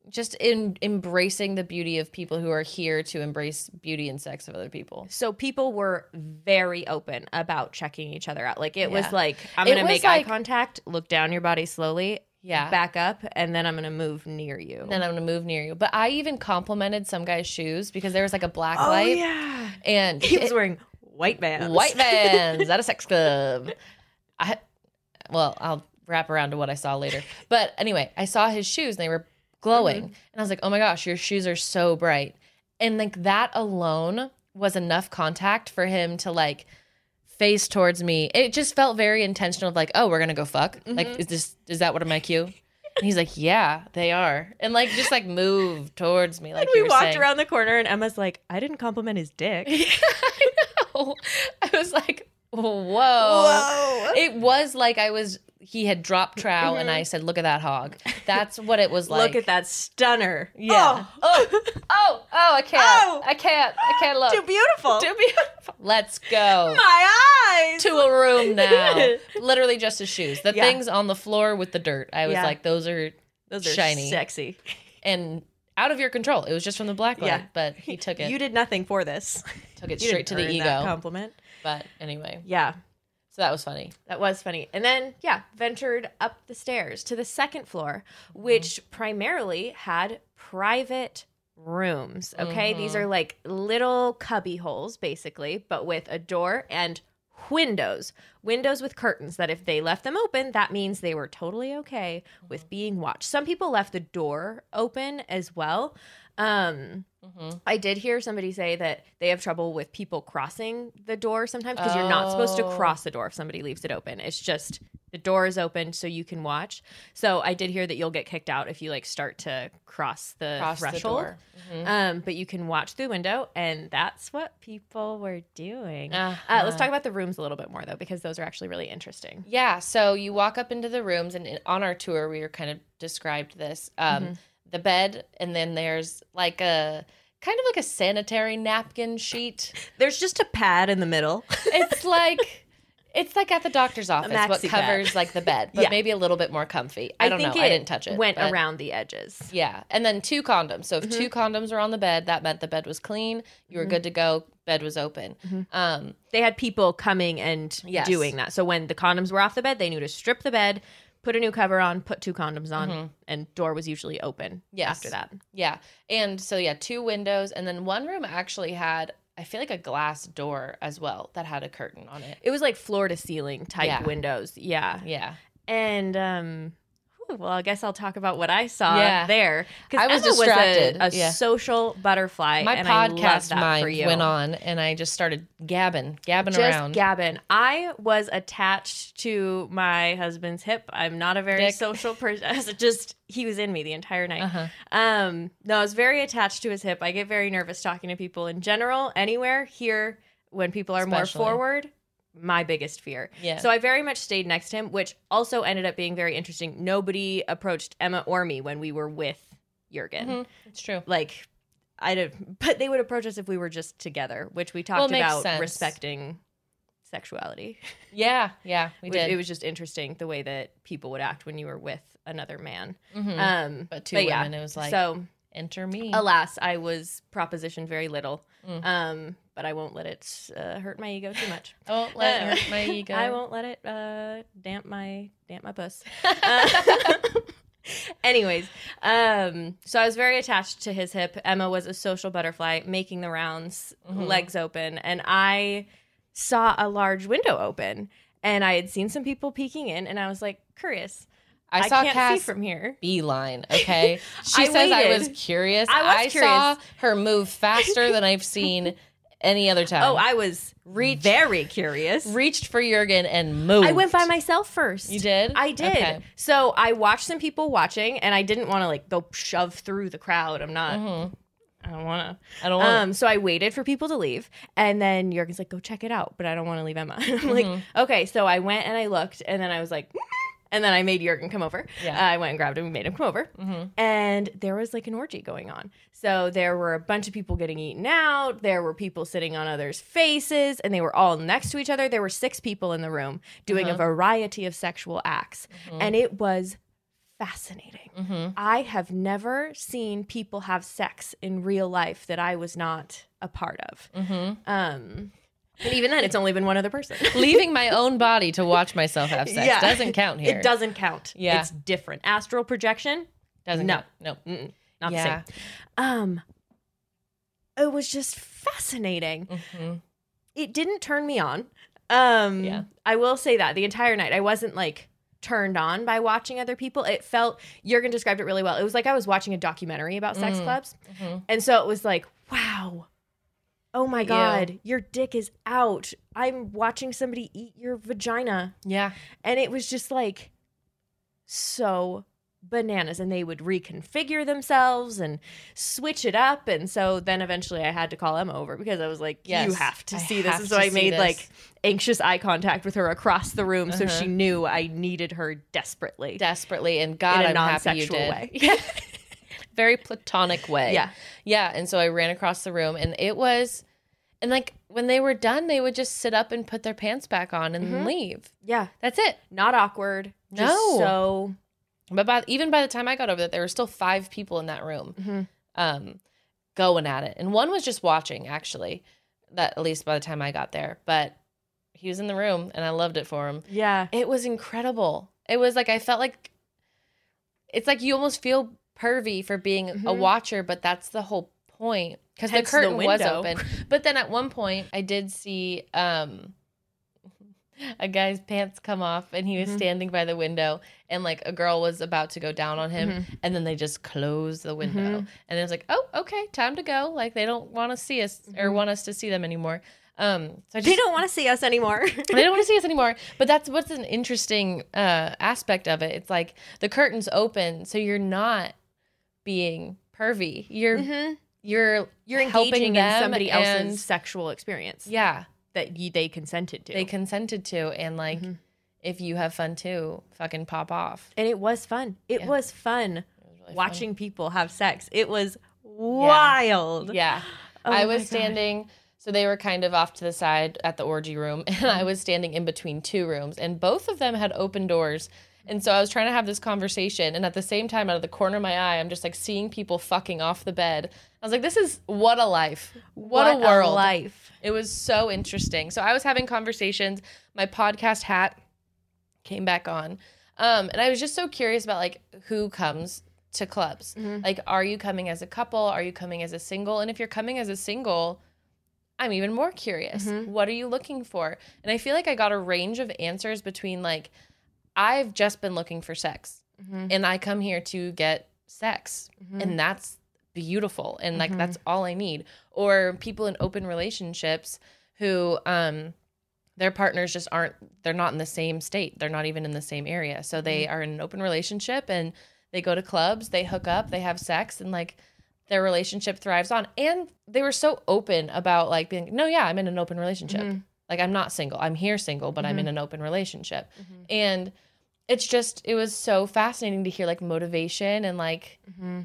Speaker 3: just in embracing the beauty of people who are here to embrace beauty and sex of other people.
Speaker 2: So people were very open about checking each other out. Like it
Speaker 3: Yeah.
Speaker 2: was like I'm
Speaker 3: It
Speaker 2: going to
Speaker 3: was
Speaker 2: make
Speaker 3: like-
Speaker 2: eye contact, look down your body slowly,
Speaker 3: Yeah.
Speaker 2: back up, and then I'm going to move near you.
Speaker 3: Then I'm gonna move near you. But I even complimented some guy's shoes because there was like a black
Speaker 2: oh
Speaker 3: light
Speaker 2: yeah,
Speaker 3: and
Speaker 2: he
Speaker 3: it-
Speaker 2: was wearing white vans.
Speaker 3: White vans at a sex club. I well, I'll wrap around to what I saw later. But anyway, I saw his shoes and they were glowing.
Speaker 2: Mm-hmm.
Speaker 3: And I was like, "Oh my gosh, your shoes are so bright." And like that alone was enough contact for him to like face towards me. It just felt very intentional of like, "Oh, we're going to go fuck." Like
Speaker 2: Mm-hmm.
Speaker 3: is this is that what am I cue? And he's like, "Yeah, they are." And like just like move towards me like
Speaker 2: And
Speaker 3: you
Speaker 2: we
Speaker 3: were
Speaker 2: walked
Speaker 3: saying.
Speaker 2: around the corner, and Emma's like, "I didn't compliment his dick."
Speaker 3: Yeah, I know. I was like, "Whoa."
Speaker 2: Whoa.
Speaker 3: Oh. it was like I was he had dropped trow and I said, "Look at that hog." That's what it was like.
Speaker 2: Mm-hmm. look at that stunner.
Speaker 3: Yeah.
Speaker 2: Oh, oh,
Speaker 3: Oh, oh, I can't.
Speaker 2: Oh.
Speaker 3: I can't. I can't look.
Speaker 2: too beautiful.
Speaker 3: Too beautiful. Let's go
Speaker 2: My eyes.
Speaker 3: to a room now. Literally just his shoes. The
Speaker 2: Yeah.
Speaker 3: things on the floor with the dirt. I was
Speaker 2: Yeah.
Speaker 3: like, "Those are
Speaker 2: Those are
Speaker 3: shiny.
Speaker 2: sexy.
Speaker 3: and out of your control." It was just from the black light,
Speaker 2: Yeah.
Speaker 3: but he took it.
Speaker 2: You did nothing for this.
Speaker 3: took it
Speaker 2: You
Speaker 3: straight
Speaker 2: didn't
Speaker 3: to
Speaker 2: earn
Speaker 3: the
Speaker 2: that
Speaker 3: ego.
Speaker 2: compliment.
Speaker 3: But anyway,
Speaker 2: Yeah.
Speaker 3: so that was funny.
Speaker 2: That was funny. And then, yeah, ventured up the stairs to the second floor, which primarily had private rooms. Okay. These are like little cubby holes, basically, but with a door and windows. Windows with curtains that if they left them open, that means they were totally okay with being watched. Some people left the door open as well. Um,
Speaker 3: Mhm.
Speaker 2: I did hear somebody say that they have trouble with people crossing the door sometimes because you're not supposed to
Speaker 3: Oh.
Speaker 2: cross the door if somebody leaves it open. It's just the door is open so you can watch. So I did hear that you'll get kicked out if you like start to cross the
Speaker 3: Cross the
Speaker 2: threshold.
Speaker 3: door. Mhm.
Speaker 2: Um, but you can watch through the window, and that's what people were doing. uh
Speaker 3: Uh-huh.
Speaker 2: let's talk about the rooms a little bit more though, because those are actually really interesting.
Speaker 3: Yeah, so you walk up into the rooms, and in- on our tour, we were kind of described this um,
Speaker 2: Mm-hmm.
Speaker 3: the bed, and then there's like a kind of like a sanitary napkin sheet.
Speaker 2: There's just a pad in the middle.
Speaker 3: It's like it's like at the doctor's office, what
Speaker 2: maxi pad.
Speaker 3: covers like the bed, but
Speaker 2: Yeah.
Speaker 3: maybe a little bit more comfy. I, don't know. I didn't touch it.
Speaker 2: Went
Speaker 3: but-
Speaker 2: around Mm-hmm. the edges.
Speaker 3: Yeah, and then two condoms. So if two condoms were on the bed, that meant the bed was clean.
Speaker 2: Mm-hmm.
Speaker 3: You were good to go. Bed was open. Um,
Speaker 2: They had people coming and
Speaker 3: Yes.
Speaker 2: doing that. So when the condoms were off the bed, they knew to strip the bed, put a new cover on, put two condoms on, and door was usually open
Speaker 3: Mm-hmm. Yes.
Speaker 2: after that.
Speaker 3: Yeah. And so yeah, two windows and then one room actually had I feel like a glass door as well that had a curtain on it.
Speaker 2: It was like floor to ceiling type
Speaker 3: Yeah.
Speaker 2: windows. Yeah.
Speaker 3: Yeah.
Speaker 2: And um whew, well, I guess I'll talk about what I saw
Speaker 3: Yeah.
Speaker 2: there.
Speaker 3: I was
Speaker 2: Emma a-
Speaker 3: distracted.
Speaker 2: a,
Speaker 3: Yeah.
Speaker 2: social butterfly.
Speaker 3: My
Speaker 2: and I love
Speaker 3: podcast
Speaker 2: that for
Speaker 3: mind
Speaker 2: you.
Speaker 3: went on and I just started gabbing, gabbing
Speaker 2: Just
Speaker 3: around.
Speaker 2: Gavin. I was attached to my husband's hip. I'm not a very
Speaker 3: Dick.
Speaker 2: social person. Just he was in me the entire night.
Speaker 3: Uh-huh.
Speaker 2: Um, no, I was very attached to his hip. I get very nervous talking to people in general, anywhere. Here, when people are
Speaker 3: Especially.
Speaker 2: more forward, my biggest fear.
Speaker 3: Yeah.
Speaker 2: So I very much stayed next to him, which also ended up being very interesting. Nobody approached Emma or me when we were with Jurgen.
Speaker 3: Mhm. it's true.
Speaker 2: Like, I'd have, but they would approach us if we were just together, which we
Speaker 3: Well, it
Speaker 2: talked
Speaker 3: makes
Speaker 2: about
Speaker 3: sense.
Speaker 2: respecting sexuality.
Speaker 3: Yeah, yeah, we
Speaker 2: Which-
Speaker 3: did.
Speaker 2: It was just interesting the way that people would act when you were with another man.
Speaker 3: Mhm.
Speaker 2: Um,
Speaker 3: but two
Speaker 2: yeah.
Speaker 3: women, it was like
Speaker 2: so
Speaker 3: enter me.
Speaker 2: alas, I was propositioned very little.
Speaker 3: Mm.
Speaker 2: Um, but I won't let it uh, hurt my ego too much.
Speaker 3: I won't let it hurt my ego.
Speaker 2: I won't let it uh, damp my damp my puss. Uh, anyways, um, so I was very attached to his hip. Emma was a social butterfly, making the rounds,
Speaker 3: Mhm.
Speaker 2: legs open, and I saw a large window open, and I had seen some people peeking in, and I was like curious.
Speaker 3: I, saw
Speaker 2: can't
Speaker 3: Cass
Speaker 2: see from here.
Speaker 3: beeline. Okay, she
Speaker 2: I
Speaker 3: says I was
Speaker 2: waited.
Speaker 3: curious.
Speaker 2: I was
Speaker 3: saw her move faster than I've seen any other time.
Speaker 2: Oh, I was very curious.
Speaker 3: reached for Jurgen and moved.
Speaker 2: I went by myself first.
Speaker 3: You did?
Speaker 2: I did.
Speaker 3: Okay.
Speaker 2: So I watched some people watching, and I didn't want to like go shove through the crowd. I'm not. I don't want
Speaker 3: Mm-hmm. I don't
Speaker 2: to.
Speaker 3: want.
Speaker 2: Um, so I waited for people to leave, and then Jurgen's like, "Go check it out," but I don't want to leave Emma. I'm like,
Speaker 3: Mm-hmm.
Speaker 2: "Okay." So I went and I looked, and then I was like, and then I made Jurgen come over. Uh,
Speaker 3: Yeah.
Speaker 2: I went and grabbed him, and made him come over,
Speaker 3: Mm-hmm,
Speaker 2: and there was like an orgy going on. So there were a bunch of people getting eaten out. There were people sitting on others' faces, and they were all next to each other. There were six people in the room doing
Speaker 3: Uh-huh.
Speaker 2: a variety of sexual acts,
Speaker 3: Mm-hmm.
Speaker 2: and it was fascinating. I have never seen people have sex in real life that I was not a part of.
Speaker 3: mm-hmm.
Speaker 2: Um, and even then, it's only been one other person.
Speaker 3: Leaving my own body to watch myself have sex
Speaker 2: Yeah.
Speaker 3: doesn't count here.
Speaker 2: It doesn't count.
Speaker 3: Yeah.
Speaker 2: It's different. Astral projection,
Speaker 3: Doesn't
Speaker 2: No.
Speaker 3: count. No.
Speaker 2: mm-mm, not
Speaker 3: Yeah.
Speaker 2: the same. Um, it was just fascinating.
Speaker 3: Mhm.
Speaker 2: It didn't turn me on. Um,
Speaker 3: Yeah.
Speaker 2: I will say that the entire night, I wasn't like turned on by watching other people. It felt, Jurgen described it really well. It was like I was watching a documentary about sex
Speaker 3: Mm.
Speaker 2: clubs.
Speaker 3: Mhm.
Speaker 2: And so it was like, wow. Oh my
Speaker 3: Ew.
Speaker 2: God, your dick is out. I'm watching somebody eat your vagina.
Speaker 3: Yeah.
Speaker 2: And it was just like so bananas. And they would reconfigure themselves and switch it up. And so then eventually I had to call Emma over because I was like, you
Speaker 3: Yes,
Speaker 2: have to
Speaker 3: I
Speaker 2: see this.
Speaker 3: have
Speaker 2: And so
Speaker 3: to
Speaker 2: I
Speaker 3: see
Speaker 2: made
Speaker 3: this.
Speaker 2: like anxious eye contact with her across the room. So
Speaker 3: Uh-huh.
Speaker 2: she knew I needed her desperately.
Speaker 3: Desperately. And God,
Speaker 2: in a
Speaker 3: I'm happy you
Speaker 2: non-sexual
Speaker 3: did.
Speaker 2: way.
Speaker 3: Very platonic way.
Speaker 2: Yeah.
Speaker 3: Yeah. And so I ran across the room and it was, and like when they were done, they would just sit up and put their pants back on and
Speaker 2: Mhm.
Speaker 3: leave.
Speaker 2: yeah.
Speaker 3: That's it.
Speaker 2: Not awkward. Just
Speaker 3: No.
Speaker 2: So
Speaker 3: But by, even by the time I got over there, there were still five people in that room
Speaker 2: Mhm.
Speaker 3: um, going at it. And one was just watching, actually, that at least by the time I got there. But he was in the room and I loved it for him.
Speaker 2: yeah.
Speaker 3: It was incredible. It was like, I felt like it's like you almost feel pervy for being a
Speaker 2: Mhm.
Speaker 3: watcher, but that's the whole point because the
Speaker 2: Hence the
Speaker 3: curtain was
Speaker 2: window.
Speaker 3: open. But then at one point, I did see um, a guy's pants come off and he was
Speaker 2: Mhm.
Speaker 3: standing by the window and like a girl was about to go down on him
Speaker 2: Mm-hmm.
Speaker 3: and then they just closed the window and it was like oh okay time to go like they don't want to see us or
Speaker 2: Mhm.
Speaker 3: want us to see them anymore Um, so I just,
Speaker 2: They don't want to see us anymore.
Speaker 3: they don't want to see us anymore. But that's what's an interesting uh, aspect of it. It's like the curtains open, so you're not being pervy. You're you're
Speaker 2: Mm-hmm. You're
Speaker 3: Mm-hmm. helping
Speaker 2: engaging in
Speaker 3: them
Speaker 2: somebody
Speaker 3: and-
Speaker 2: else's sexual experience
Speaker 3: Yeah,
Speaker 2: that you, they consented to.
Speaker 3: they consented to, and like
Speaker 2: Mm-hmm.
Speaker 3: if you have fun too, fucking pop off.
Speaker 2: and it was fun. It
Speaker 3: Yeah.
Speaker 2: was fun
Speaker 3: It was really fun.
Speaker 2: watching people have sex. It was wild.
Speaker 3: Yeah.
Speaker 2: Oh
Speaker 3: I
Speaker 2: my
Speaker 3: was
Speaker 2: God.
Speaker 3: standing, so they were kind of off to the side at the orgy room, and I was standing in between two rooms, and both of them had open doors. And so I was trying to have this conversation, and at the same time, out of the corner of my eye, I'm just like seeing people fucking off the bed. I was like, this is what a life. What, a world.
Speaker 2: life.
Speaker 3: It was so interesting. So I was having conversations. My podcast hat came back on. Um, and I was just so curious about like who comes to clubs. Like, are you coming as a couple? Are you coming as a single? And if you're coming as a single, I'm even more curious. What are you looking for? And I feel like I got a range of answers between like, I've just been looking for sex and I come here to get sex. And that's beautiful and like that's all I need. Or people in open relationships who um their partners just aren't they're not in the same state. They're not even in the same area. So they are in an open relationship and they go to clubs, they hook up, they have sex and like their relationship thrives on. And they were so open about like being, no, yeah, I'm in an open relationship.
Speaker 2: Mm-hmm.
Speaker 3: Like I'm not single. I'm here single, but I'm in an open relationship. And it's just it was so fascinating to hear like motivation and like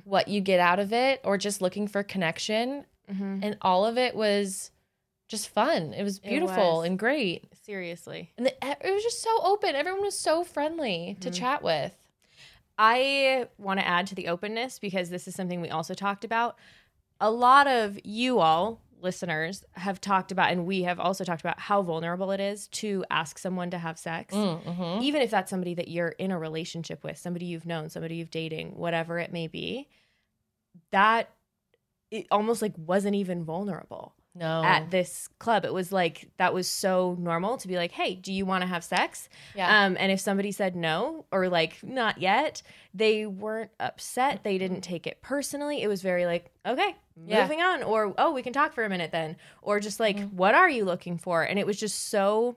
Speaker 3: what you get out of it or just looking for connection
Speaker 2: Mm-hmm.
Speaker 3: and all of it was just fun it was
Speaker 2: It
Speaker 3: beautiful
Speaker 2: was.
Speaker 3: and great
Speaker 2: Seriously.
Speaker 3: and the, e, it was just so open everyone was so friendly to
Speaker 2: Mm-hmm.
Speaker 3: chat with
Speaker 2: I want to add to the openness because this is something we also talked about. A lot of you all listeners have talked about, and we have also talked about how vulnerable it is to ask someone to have sex,
Speaker 3: mm-hmm.
Speaker 2: even if that's somebody that you're in a relationship with, somebody you've known, somebody you've dating, whatever it may be. That it almost like wasn't even vulnerable
Speaker 3: no
Speaker 2: at this club. It was like that was so normal to be like, hey, do you want to have sex?
Speaker 3: yeah
Speaker 2: Um, and if somebody said no or like not yet, they weren't upset. They didn't take it personally. It was very like, okay,
Speaker 3: Mm-hmm. Yeah. Mm-hmm.
Speaker 2: moving on, or oh, we can talk for a minute then, or just like, what are you looking for? And it was just so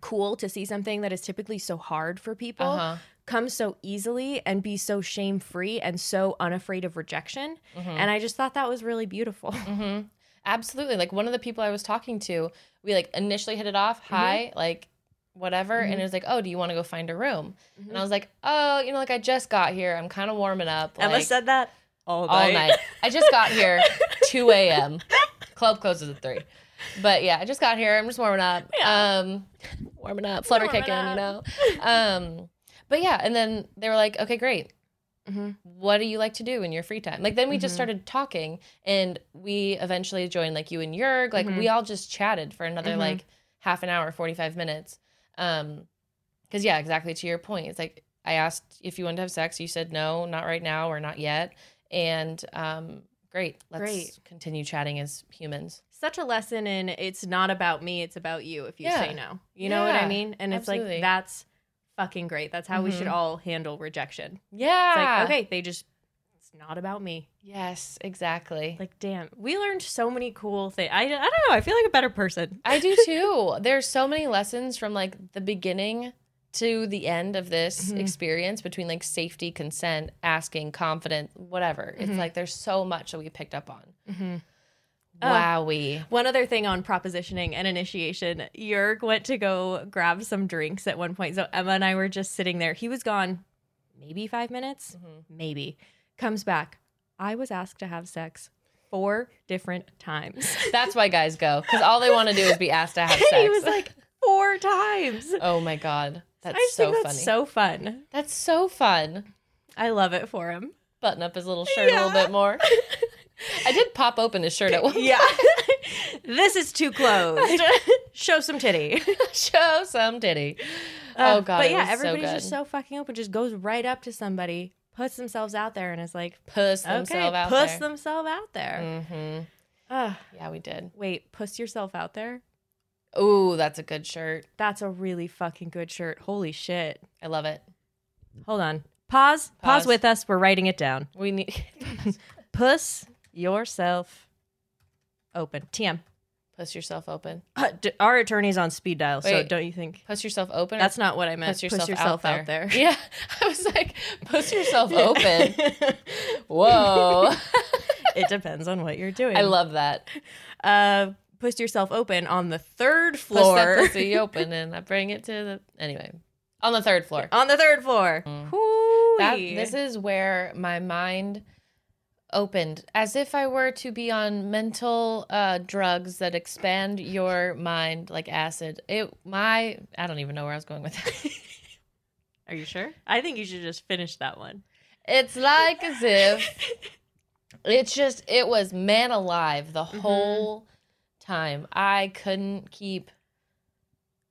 Speaker 2: cool to see something that is typically so hard for um, people
Speaker 3: uh-huh.
Speaker 2: come so easily and be so shame free and so unafraid of rejection.
Speaker 3: Mhm.
Speaker 2: And I just thought that was really beautiful.
Speaker 3: hmm Absolutely. Like one of the people I was talking to, we like initially hit it off,
Speaker 2: Mm-hmm.
Speaker 3: hi, like whatever. And it was like, oh, do you want to go find a room?
Speaker 2: Mm-hmm.
Speaker 3: And I was like, oh, you know, like I just got here. I'm kind of warming up. like,
Speaker 2: that all
Speaker 3: all night. I just got here, 2 a.m. Club closes at 3. But yeah, I just got here. I'm just warming up. Um, warming up, flutter
Speaker 2: Warming
Speaker 3: kicking,
Speaker 2: up.
Speaker 3: you know? Um, but yeah, and then they were like, okay, great
Speaker 2: Mhm.
Speaker 3: what do you like to do in your free time? Like then we
Speaker 2: Mm-hmm.
Speaker 3: just started talking and we eventually joined like you and Jurg. Like
Speaker 2: Mm-hmm.
Speaker 3: we all just chatted for another
Speaker 2: Mhm.
Speaker 3: like half an hour, 45 minutes. Um cuz yeah, exactly to your point. It's like I asked if you wanted to have sex, you said no, not right now or not yet. And um great. Let's
Speaker 2: Great.
Speaker 3: continue chatting as humans.
Speaker 2: such a lesson in it's not about me, it's about you if you
Speaker 3: Yeah.
Speaker 2: say no. You know what I
Speaker 3: Yeah,
Speaker 2: mean? And it's
Speaker 3: absolutely.
Speaker 2: like that's fucking great. That's how we should
Speaker 3: Mhm.
Speaker 2: all handle rejection.
Speaker 3: Yeah.
Speaker 2: It's like, okay, they just it's not about me.
Speaker 3: Yes, exactly.
Speaker 2: Like, damn, we learned so many cool things. I, I don't know. I feel like a better person.
Speaker 3: I do too. There's so many lessons from like the beginning to the end of this
Speaker 2: Mhm.
Speaker 3: experience between like safety, consent, asking, confident, whatever. It's
Speaker 2: Mhm.
Speaker 3: like there's so much that we picked up on.
Speaker 2: Mhm. Oh.
Speaker 3: Wowie.
Speaker 2: One other thing on propositioning and initiation, Jurg went to go grab some drinks at one point. So Emma and I were just sitting there. He was gone maybe five minutes.
Speaker 3: Mhm.
Speaker 2: maybe comes back i was asked to have sex four different times
Speaker 3: That's why guys go because all they want to do is be asked to have sex.
Speaker 2: and he was like four times
Speaker 3: "Oh my god, that's
Speaker 2: i just
Speaker 3: so
Speaker 2: think
Speaker 3: funny.
Speaker 2: that's so fun
Speaker 3: that's so fun."
Speaker 2: i love it for him
Speaker 3: Button up his little shirt a little
Speaker 2: Yeah.
Speaker 3: bit more. I did pop open his shirt at one.
Speaker 2: yeah this is too closed show some titty
Speaker 3: Show some titty.
Speaker 2: Uh,
Speaker 3: oh god,
Speaker 2: but
Speaker 3: it
Speaker 2: yeah
Speaker 3: was so
Speaker 2: everybody's just
Speaker 3: good.
Speaker 2: so fucking open just goes right up to somebody puts themselves out there and is like
Speaker 3: puss
Speaker 2: okay
Speaker 3: themselves out
Speaker 2: puss
Speaker 3: there.
Speaker 2: themselves out there
Speaker 3: hmm
Speaker 2: Mm. Ugh.
Speaker 3: Yeah, we did.
Speaker 2: wait puss yourself out there
Speaker 3: Ooh, that's a good shirt.
Speaker 2: that's a really fucking good shirt holy shit
Speaker 3: I love it.
Speaker 2: Hold on. Pause. Pause,
Speaker 3: Pause.
Speaker 2: with us. We're writing it down.
Speaker 3: We need
Speaker 2: Puss yourself open. TM.
Speaker 3: Puss yourself open.
Speaker 2: Uh, d- our attorney's on speed dial, so
Speaker 3: Wait.
Speaker 2: don't you think?
Speaker 3: Puss yourself open. or
Speaker 2: That's not what I meant.
Speaker 3: puss yourself,
Speaker 2: out, there.
Speaker 3: Yeah, I was like, puss yourself open. Whoa,
Speaker 2: it depends on what you're doing.
Speaker 3: I love that.
Speaker 2: Uh, push yourself open on the third
Speaker 3: Puss
Speaker 2: floor.
Speaker 3: that pussy open, and I bring it to the anyway on the third floor.
Speaker 2: on the third floor. Hooey.
Speaker 3: Mm. That, this is where my mind opened as if I were to be on mental uh, drugs that expand your mind like acid. It my I don't even know where I was going with that.
Speaker 2: Are you sure? I think you should just finish that one.
Speaker 3: it's like as if it's just it was man alive the
Speaker 2: Mm-hmm.
Speaker 3: whole time. I couldn't keep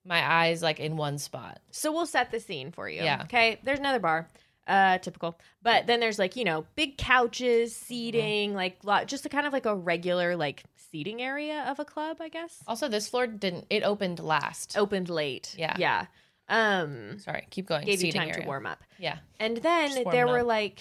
Speaker 3: my eyes like in one spot.
Speaker 2: So we'll set the scene for you.
Speaker 3: Yeah.
Speaker 2: Okay. There's another bar. Uh, typical. But then there's like you know big couches, seating,
Speaker 3: Mm-hmm.
Speaker 2: like lot, just a kind of like a regular like seating area of a club, I guess.
Speaker 3: Also, this floor didn't. It opened last.
Speaker 2: Opened late.
Speaker 3: Oh. Yeah.
Speaker 2: Yeah. Um,
Speaker 3: Sorry, keep going.
Speaker 2: gave you
Speaker 3: Seating
Speaker 2: time to
Speaker 3: area.
Speaker 2: warm up.
Speaker 3: Yeah.
Speaker 2: And then
Speaker 3: Just warming
Speaker 2: there were
Speaker 3: up.
Speaker 2: like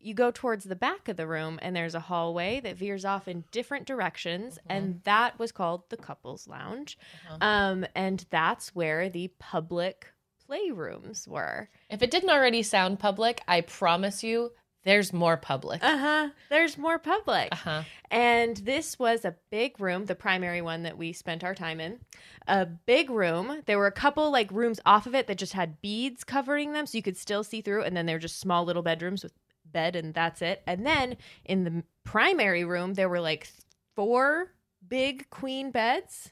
Speaker 2: you go towards the back of the room and there's a hallway that veers off in different directions and that was called the couples lounge.
Speaker 3: Mm-hmm. Uh-huh.
Speaker 2: Um and that's where the public playrooms were.
Speaker 3: If it didn't already sound public, I promise you there's more public. Uh-huh. Uh
Speaker 2: Uh-huh. There's more public.
Speaker 3: huh.
Speaker 2: And this was a big room, the primary one that we spent our time in. A big room. There were a couple like rooms off of it that just had beads covering them so you could still see through. And then there were just small little bedrooms with bed and that's it. And then in the primary room, there were like four big queen beds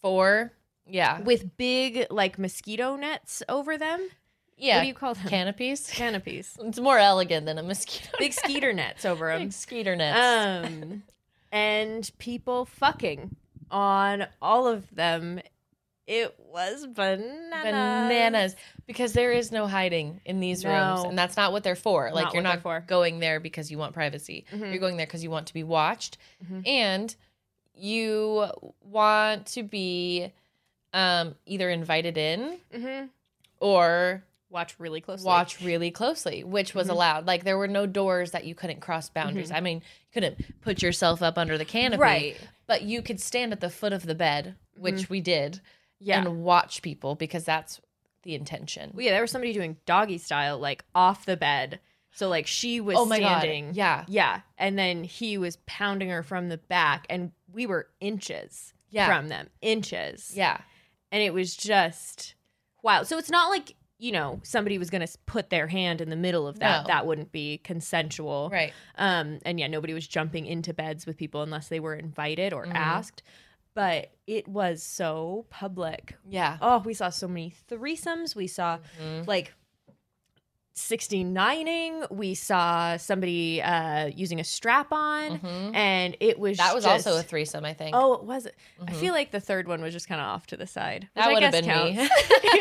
Speaker 3: Four. Yeah.
Speaker 2: with big like mosquito nets over them.
Speaker 3: Yeah.
Speaker 2: What do you call them?
Speaker 3: Canopies.
Speaker 2: Canopies.
Speaker 3: It's more elegant than a mosquito.
Speaker 2: Big skeeter nets over them.
Speaker 3: Big skeeter nets.
Speaker 2: um, and people fucking on all of them. It was bananas.
Speaker 3: Bananas. Because there is no hiding in these rooms.
Speaker 2: No.
Speaker 3: And that's not what they're for. Like
Speaker 2: Not
Speaker 3: you're
Speaker 2: what
Speaker 3: not
Speaker 2: they're for.
Speaker 3: going there because you want privacy.
Speaker 2: Mhm.
Speaker 3: You're going there because you want to be watched.
Speaker 2: Mhm.
Speaker 3: And you want to be um, either invited in
Speaker 2: Mhm.
Speaker 3: or
Speaker 2: Watch really closely.
Speaker 3: watch really closely, which was
Speaker 2: Mhm.
Speaker 3: allowed. Like there were no doors that you couldn't cross boundaries. I mean, you couldn't put yourself up under the canopy,
Speaker 2: Mm-hmm. Right. Mm-hmm.
Speaker 3: But you could stand at the foot of the bed, which we did,
Speaker 2: Yeah.
Speaker 3: and watch people because that's the intention.
Speaker 2: Well, yeah, there was somebody doing doggy style, like off the bed. So like she was
Speaker 3: oh my
Speaker 2: standing.
Speaker 3: god! Yeah,
Speaker 2: Yeah. And then he was pounding her from the back and we were inches
Speaker 3: yeah,
Speaker 2: from them. Inches.
Speaker 3: yeah.
Speaker 2: and it was just wow. So it's not like you know somebody was gonna s- put their hand in the middle of that.
Speaker 3: No.
Speaker 2: That wouldn't be consensual,
Speaker 3: Right.
Speaker 2: Um, and yeah, nobody was jumping into beds with people unless they were invited or
Speaker 3: Mhm.
Speaker 2: asked. But it was so public.
Speaker 3: Yeah.
Speaker 2: Oh, we saw so many threesomes. We saw
Speaker 3: Mhm.
Speaker 2: like. 69ing we saw somebody uh using a strap on
Speaker 3: Mhm.
Speaker 2: and it was
Speaker 3: That was
Speaker 2: just-
Speaker 3: also a threesome, I think.
Speaker 2: Oh, it was. I
Speaker 3: Mhm.
Speaker 2: feel like the third one was just kind of off to the side. Which
Speaker 3: That
Speaker 2: I
Speaker 3: would've
Speaker 2: guess
Speaker 3: been me.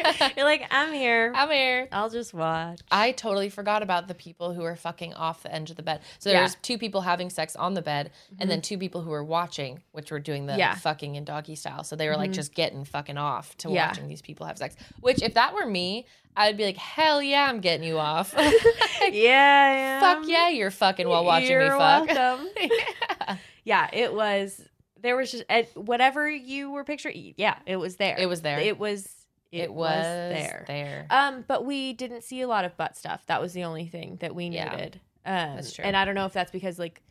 Speaker 2: counts. You're like, I'm here.
Speaker 3: I'm here.
Speaker 2: I'll just watch.
Speaker 3: I totally forgot about the people who were fucking off the edge of the bed. So there's
Speaker 2: Yeah. Mm-hmm.
Speaker 3: two people having sex on the bed, and then two people who were watching, which were doing the
Speaker 2: Yeah. Mm-hmm.
Speaker 3: fucking and doggy style. So they were like just getting fucking off to
Speaker 2: Yeah.
Speaker 3: watching these people have sex. Which if that were me, I'd be like, hell yeah, I'm getting you off.
Speaker 2: yeah, yeah.
Speaker 3: Fuck yeah, you're fucking while watching me
Speaker 2: You're
Speaker 3: fuck.
Speaker 2: welcome.
Speaker 3: Yeah.
Speaker 2: yeah, it was. There was just at whatever you were picturing. Yeah, it was there.
Speaker 3: It was there.
Speaker 2: It was. It, was, there. Um, but we didn't see a lot of butt stuff. That was the only thing that we
Speaker 3: Yeah.
Speaker 2: noted. Um,
Speaker 3: That's true.
Speaker 2: And I don't know if that's because like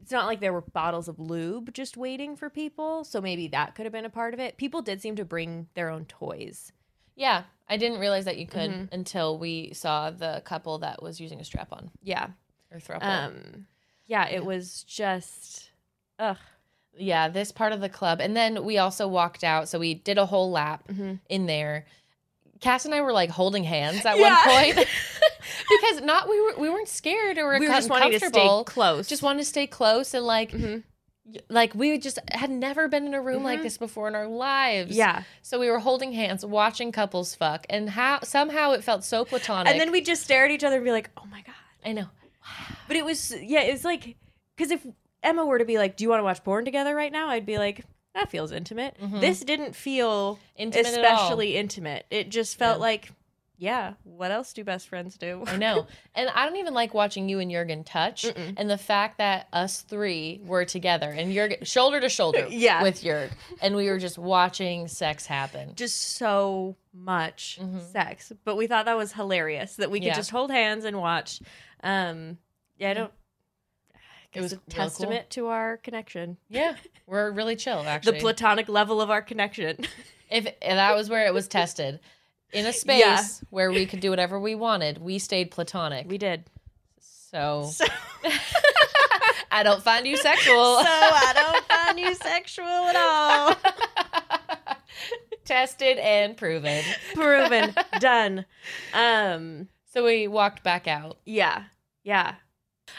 Speaker 2: it's not like there were bottles of lube just waiting for people, so maybe that could have been a part of it. People did seem to bring their own toys.
Speaker 3: Yeah. I didn't realize that you could
Speaker 2: Mhm.
Speaker 3: until we saw the couple that was using a strap on
Speaker 2: Yeah.
Speaker 3: or throuple.
Speaker 2: Um. Yeah. It was just. Ugh.
Speaker 3: Yeah, this part of the club. And then we also walked out. So we did a whole lap
Speaker 2: Mhm.
Speaker 3: in there. Cass and I were like holding hands at
Speaker 2: Yeah.
Speaker 3: one point because not we were we weren't scared or
Speaker 2: We were just wanting to stay
Speaker 3: uncomfortable.
Speaker 2: close.
Speaker 3: Just wanted to stay close and like
Speaker 2: Mhm.
Speaker 3: y- like we just had never been in a room like
Speaker 2: Mhm.
Speaker 3: this before in our lives.
Speaker 2: Yeah.
Speaker 3: So we were holding hands, watching couples fuck, and how somehow it felt so platonic.
Speaker 2: And then we just stare at each other and be like, "Oh my god."
Speaker 3: I know.
Speaker 2: But it was yeah. It's like because if Emma were to be like, "Do you want to watch porn together right now?" I'd be like. That feels intimate.
Speaker 3: Mhm.
Speaker 2: This didn't feel
Speaker 3: Intimate at all.
Speaker 2: especially intimate. It just felt
Speaker 3: Yeah.
Speaker 2: like, yeah, what else do best friends do?
Speaker 3: I know. And I don't even like watching you and Jurgen touch.
Speaker 2: Mm-mm.
Speaker 3: And the fact that us three were together and Jurgen shoulder to shoulder
Speaker 2: Yeah.
Speaker 3: with Jurg. And we were just watching sex happen.
Speaker 2: Just so much sex, but we thought that was hilarious that we could
Speaker 3: Mm-hmm. Yeah. Mm-hmm.
Speaker 2: just hold hands and watch. Um, yeah, I don't.
Speaker 3: It
Speaker 2: It was
Speaker 3: was
Speaker 2: a
Speaker 3: real cool.
Speaker 2: testament to our connection,
Speaker 3: Yeah. We're really chill actually.
Speaker 2: the platonic level of our connection.
Speaker 3: if and that was where it was tested. In a space
Speaker 2: Yeah.
Speaker 3: where we could do whatever we wanted, we stayed platonic.
Speaker 2: we did.
Speaker 3: so
Speaker 2: So, so
Speaker 3: I don't find you sexual.
Speaker 2: I don't find you sexual at all.
Speaker 3: Tested and proven.
Speaker 2: Proven, done. Um,
Speaker 3: So we walked back out.
Speaker 2: Yeah. Yeah.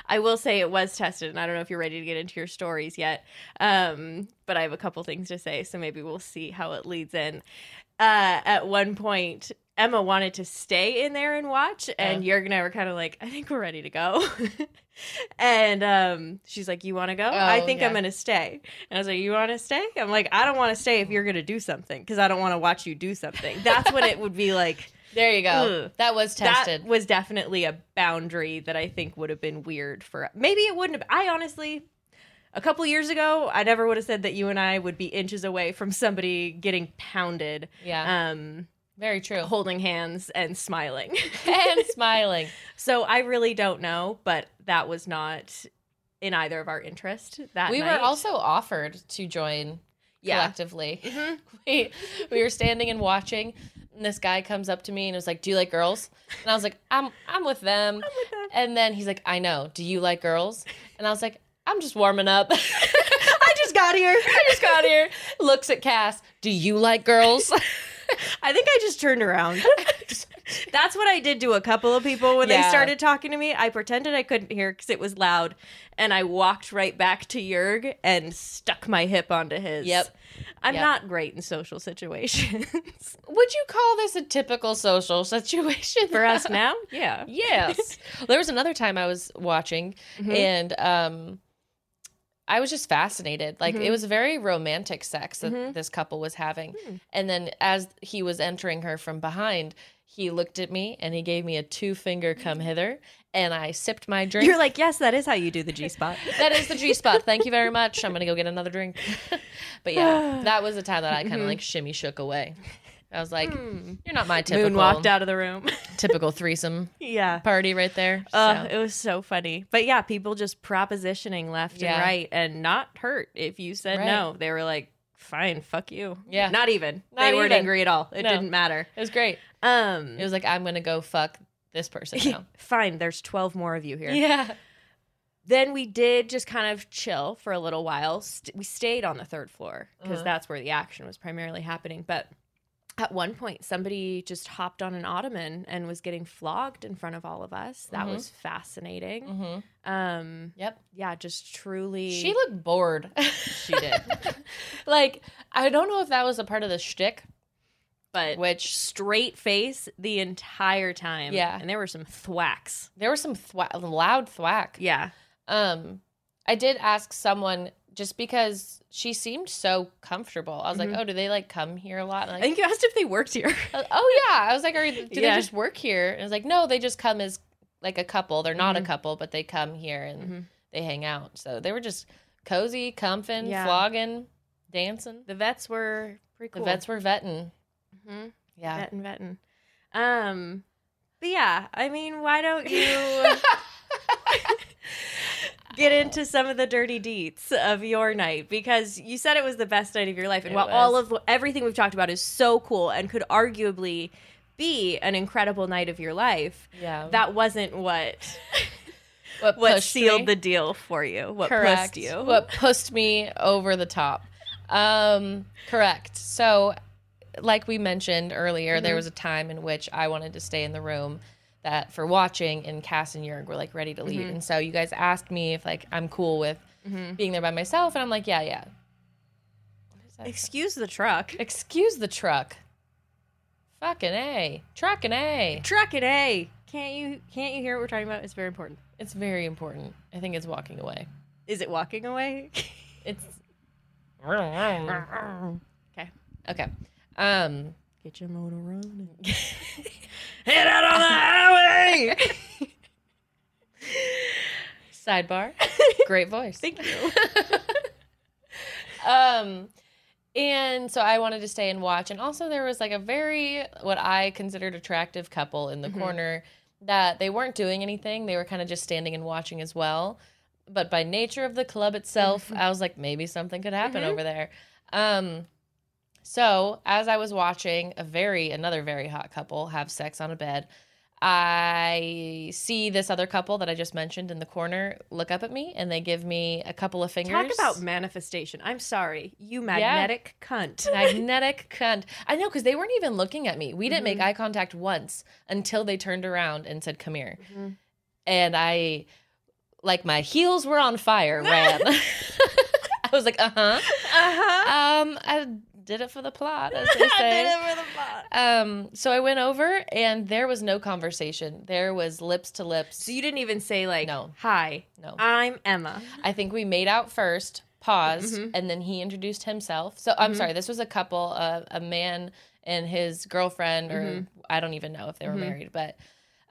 Speaker 2: I will say it was tested, and I don't know if you're ready to get into your stories yet, um, but I have a couple things to say, so maybe we'll see how it leads in. Uh, at one point, Emma wanted to stay in there and watch, and Jurg and I were kind of like, I think we're ready to go. and um, she's like, You want to go? I
Speaker 3: Oh,
Speaker 2: think
Speaker 3: yeah.
Speaker 2: I'm going to stay. And I was like, You want to stay? I'm like, I don't want to stay if you're going to do something because I don't want to watch you do something. That's when it would be like,
Speaker 3: There you go.
Speaker 2: Ugh.
Speaker 3: That was tested.
Speaker 2: Mm. that was definitely a boundary that I think would have been weird for maybe it wouldn't have I honestly a couple years ago I never would have said that you and I would be inches away from somebody getting pounded
Speaker 3: yeah.
Speaker 2: um
Speaker 3: very true.
Speaker 2: holding hands and smiling.
Speaker 3: and smiling.
Speaker 2: so I really don't know, but that was not in either of our interest that
Speaker 3: we
Speaker 2: night.
Speaker 3: were also offered to join
Speaker 2: yeah.
Speaker 3: collectively.
Speaker 2: Mhm.
Speaker 3: we, we were standing and watching, and this guy comes up to me and was like, "Do you like girls?" And I was like, "I'm I'm with them."
Speaker 2: them.
Speaker 3: And then he's like, "I know. Do you like girls?" And I was like, "I'm just warming up."
Speaker 2: I just got here.
Speaker 3: I just got here. Looks at Cass. Do you like girls?
Speaker 2: I think I just turned around. That's what I did to a couple of people when
Speaker 3: Yeah.
Speaker 2: they started talking to me. I pretended I couldn't hear because it was loud, and I walked right back to Jurg and stuck my hip onto his.
Speaker 3: Yep.
Speaker 2: I'm
Speaker 3: Yep.
Speaker 2: not great in social situations.
Speaker 3: Would you call this a typical social situation
Speaker 2: For us now, yeah.
Speaker 3: Yes. there was another time I was watching
Speaker 2: Mm-hmm.
Speaker 3: and um I was just fascinated. Like
Speaker 2: Mm-hmm.
Speaker 3: it was very romantic sex that this couple was having.
Speaker 2: Hmm.
Speaker 3: And then as he was entering her from behind, he looked at me and he gave me a two finger come hither and I sipped my drink.
Speaker 2: You're like, yes, that is how you do the G spot.
Speaker 3: that is the G spot. Thank you very much. I'm gonna go get another drink. but yeah, that was the time that I
Speaker 2: Mm-hmm.
Speaker 3: kind of like shimmy shook away. I was like, "You're not my typical
Speaker 2: Moon walked Hmm. out of the room.
Speaker 3: typical threesome
Speaker 2: yeah.
Speaker 3: party right there."
Speaker 2: Uh,
Speaker 3: So-
Speaker 2: It was so funny. But yeah, people just propositioning left
Speaker 3: Yeah.
Speaker 2: and right and not hurt if you said
Speaker 3: Right.
Speaker 2: no. They were like, fine, fuck you.
Speaker 3: Yeah.
Speaker 2: Not even.
Speaker 3: Not
Speaker 2: they weren't
Speaker 3: even.
Speaker 2: angry at all. It
Speaker 3: No.
Speaker 2: didn't matter.
Speaker 3: It was great.
Speaker 2: Um,
Speaker 3: It was like, I'm gonna go fuck this person now.
Speaker 2: fine, there's 12 more of you here.
Speaker 3: yeah.
Speaker 2: Then we did just kind of chill for a little while. St- we stayed on the third floor because
Speaker 3: Uh-huh.
Speaker 2: that's where the action was primarily happening. But at one point, somebody just hopped on an ottoman and was getting flogged in front of all of us. That
Speaker 3: Mhm.
Speaker 2: was fascinating.
Speaker 3: hmm
Speaker 2: Um,
Speaker 3: Yep.
Speaker 2: yeah, just truly.
Speaker 3: She looked bored.
Speaker 2: she did,
Speaker 3: like, I don't know if that was a part of the shtick,
Speaker 2: but
Speaker 3: which
Speaker 2: straight face the entire time.
Speaker 3: Yeah.
Speaker 2: and there were some thwacks.
Speaker 3: there was some thwa- loud thwack.
Speaker 2: Yeah,
Speaker 3: Um, I did ask someone just because she seemed so comfortable. I was
Speaker 2: Mhm.
Speaker 3: like, oh, do they like come here a lot? And
Speaker 2: I
Speaker 3: like,
Speaker 2: think you asked if they worked here.
Speaker 3: oh yeah. I was like, are, do
Speaker 2: Yeah.
Speaker 3: they just work here? And it was like, no, they just come as like a couple. They're
Speaker 2: Mm-hmm.
Speaker 3: not a couple, but they come here and
Speaker 2: Mhm.
Speaker 3: they hang out. So they were just cozy, comfing,
Speaker 2: Yeah.
Speaker 3: flogging, dancing.
Speaker 2: The vets were pretty cool.
Speaker 3: The vets were vetting.
Speaker 2: hmm
Speaker 3: Yeah.
Speaker 2: vetting, vetting. Um, but yeah, I mean, why don't you get into some of the dirty deeds of your night because you said it was the best night of your life, and
Speaker 3: It
Speaker 2: while all
Speaker 3: was.
Speaker 2: of everything we've talked about is so cool and could arguably be an incredible night of your life,
Speaker 3: Yeah.
Speaker 2: that wasn't what.
Speaker 3: what,
Speaker 2: what
Speaker 3: pushed
Speaker 2: sealed
Speaker 3: me.
Speaker 2: the deal for you. What
Speaker 3: correct.
Speaker 2: pushed you.
Speaker 3: What pushed me over the top. Um, correct. So like we mentioned earlier,
Speaker 2: Mm-hmm.
Speaker 3: there was a time in which I wanted to stay in the room that for watching and Cass and Jurg were like ready to leave.
Speaker 2: Mm-hmm.
Speaker 3: And so you guys asked me if like I'm cool with being there by myself and I'm like, yeah, yeah. What is that?
Speaker 2: Excuse the truck.
Speaker 3: Excuse the truck. Fucking A. Trucking A.
Speaker 2: Truck and A. Can't you can't you hear what we're talking about? It's very important.
Speaker 3: It's very important. I think it's walking away.
Speaker 2: Is it walking away?
Speaker 3: It's
Speaker 2: okay.
Speaker 3: okay. Um
Speaker 2: Get your motor running.
Speaker 3: Head out on the highway. Sidebar. Great voice. Thank you. um, and so I wanted to stay and watch. And also, there was like a very, what I considered attractive couple in the
Speaker 2: Mm-hmm.
Speaker 3: corner that they weren't doing anything. They were kind of just standing and watching as well. But by nature of the club itself,
Speaker 2: Mm-hmm.
Speaker 3: I was like, maybe something could happen over there. Um, so as I was watching a very, another very hot couple have sex on a bed, I see this other couple that I just mentioned in the corner look up at me and they give me a couple of fingers.
Speaker 2: Talk about manifestation. I'm sorry, you magnetic cunt.
Speaker 3: magnetic cunt. I know because they weren't even looking at me. We didn't
Speaker 2: Mm-hmm.
Speaker 3: make eye contact once until they turned around and said, "Come here."
Speaker 2: Mhm.
Speaker 3: And I, like, my heels were on fire. Ran. I was like, "Uh huh."
Speaker 2: Uh-huh.
Speaker 3: Um, I did it for the plot, as they say. Um, so I went over and there was no conversation. There was lips to lips.
Speaker 2: So you didn't even say like,
Speaker 3: No.
Speaker 2: "Hi,
Speaker 3: no.
Speaker 2: I'm Emma."
Speaker 3: I think we made out first, paused,
Speaker 2: Mhm.
Speaker 3: and then he introduced himself. So I'm
Speaker 2: Mhm.
Speaker 3: sorry, this was a couple, uh, a man and his girlfriend, or
Speaker 2: Mhm.
Speaker 3: I don't even know if they were
Speaker 2: Mhm.
Speaker 3: married, but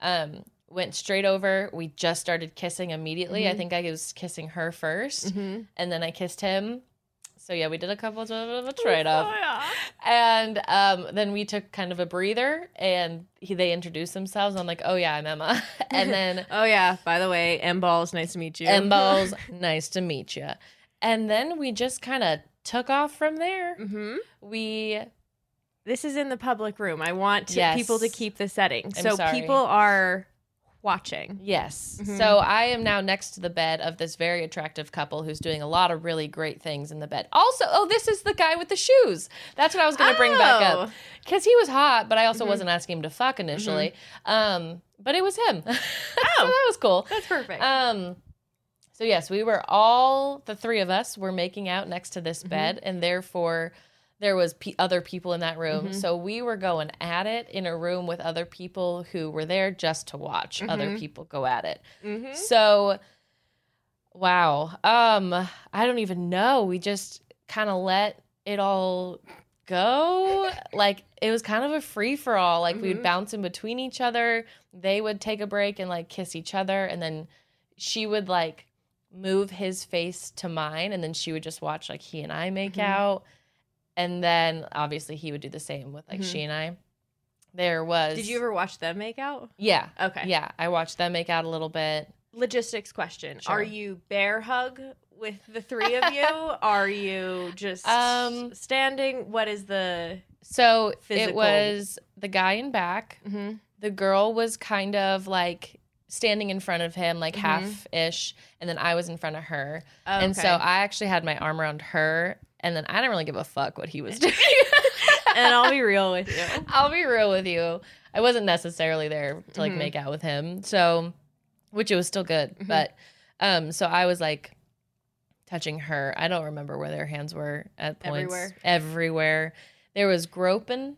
Speaker 3: um, went straight over. We just started kissing immediately. I
Speaker 2: Mhm.
Speaker 3: think I was kissing her 1st
Speaker 2: Mm-hmm.
Speaker 3: and then I kissed him. So yeah, we did a couple of a trade
Speaker 2: Oh,
Speaker 3: off, and um, then we took kind of a breather, and he, they introduced themselves. I'm like, oh yeah, I'm Emma, and then
Speaker 2: Oh yeah. By the way, M balls. Nice to meet you.
Speaker 3: and balls, nice to meet you. And then we just kind of took off from there.
Speaker 2: hmm
Speaker 3: We
Speaker 2: This is in the public room. I want to,
Speaker 3: Yes.
Speaker 2: people to keep the setting
Speaker 3: I'm
Speaker 2: so
Speaker 3: sorry.
Speaker 2: people are watching.
Speaker 3: yes.
Speaker 2: Mhm.
Speaker 3: So I am now next to the bed of this very attractive couple who's doing a lot of really great things in the bed. Also, oh, this is the guy with the shoes. That's what I was going to bring back
Speaker 2: Oh.
Speaker 3: up because he was hot, but I also
Speaker 2: Mhm.
Speaker 3: wasn't asking him to fuck initially. Um, but it was him. Oh, so that was cool.
Speaker 2: That's perfect.
Speaker 3: Um, so yes, we were all the three of us were making out next to this bed, and therefore there was pe other people in that room.
Speaker 2: Mhm.
Speaker 3: So we were going at it in a room with other people who were there just to watch other
Speaker 2: Mhm.
Speaker 3: people go at it.
Speaker 2: Mhm.
Speaker 3: So wow. Um I don't even know. We just kind of let it all go. like it was kind of a free for all. Like we would
Speaker 2: Mhm.
Speaker 3: bounce in between each other. They would take a break and like kiss each other and then she would like move his face to mine and then she would just watch like he and I make
Speaker 2: Mhm.
Speaker 3: out. And then obviously he would do the same with like
Speaker 2: Mhm.
Speaker 3: she and I. There was
Speaker 2: Did you ever watch them make out?
Speaker 3: Yeah.
Speaker 2: Okay.
Speaker 3: Yeah, I watched them make out a little bit.
Speaker 2: Logistics question:
Speaker 3: Sure.
Speaker 2: Are you bear hug with the three of you? are you just
Speaker 3: Um,
Speaker 2: standing? What is the?
Speaker 3: So it
Speaker 2: Physical.
Speaker 3: was the guy in back.
Speaker 2: oh,
Speaker 3: The girl was kind of like standing in front of him, like
Speaker 2: Mhm.
Speaker 3: half ish, and then I was in front of her.
Speaker 2: Oh,
Speaker 3: And so
Speaker 2: okay.
Speaker 3: I actually had my arm around her, and then I didn't really give a fuck what he was doing.
Speaker 2: and I'll be real with you.
Speaker 3: I'll be real with you. I wasn't necessarily there to like
Speaker 2: Mhm.
Speaker 3: make out with him. So, which it was still good,
Speaker 2: Mhm.
Speaker 3: but um, so I was like touching her. I don't remember where their hands were at points.
Speaker 2: Everywhere.
Speaker 3: Everywhere. There was groping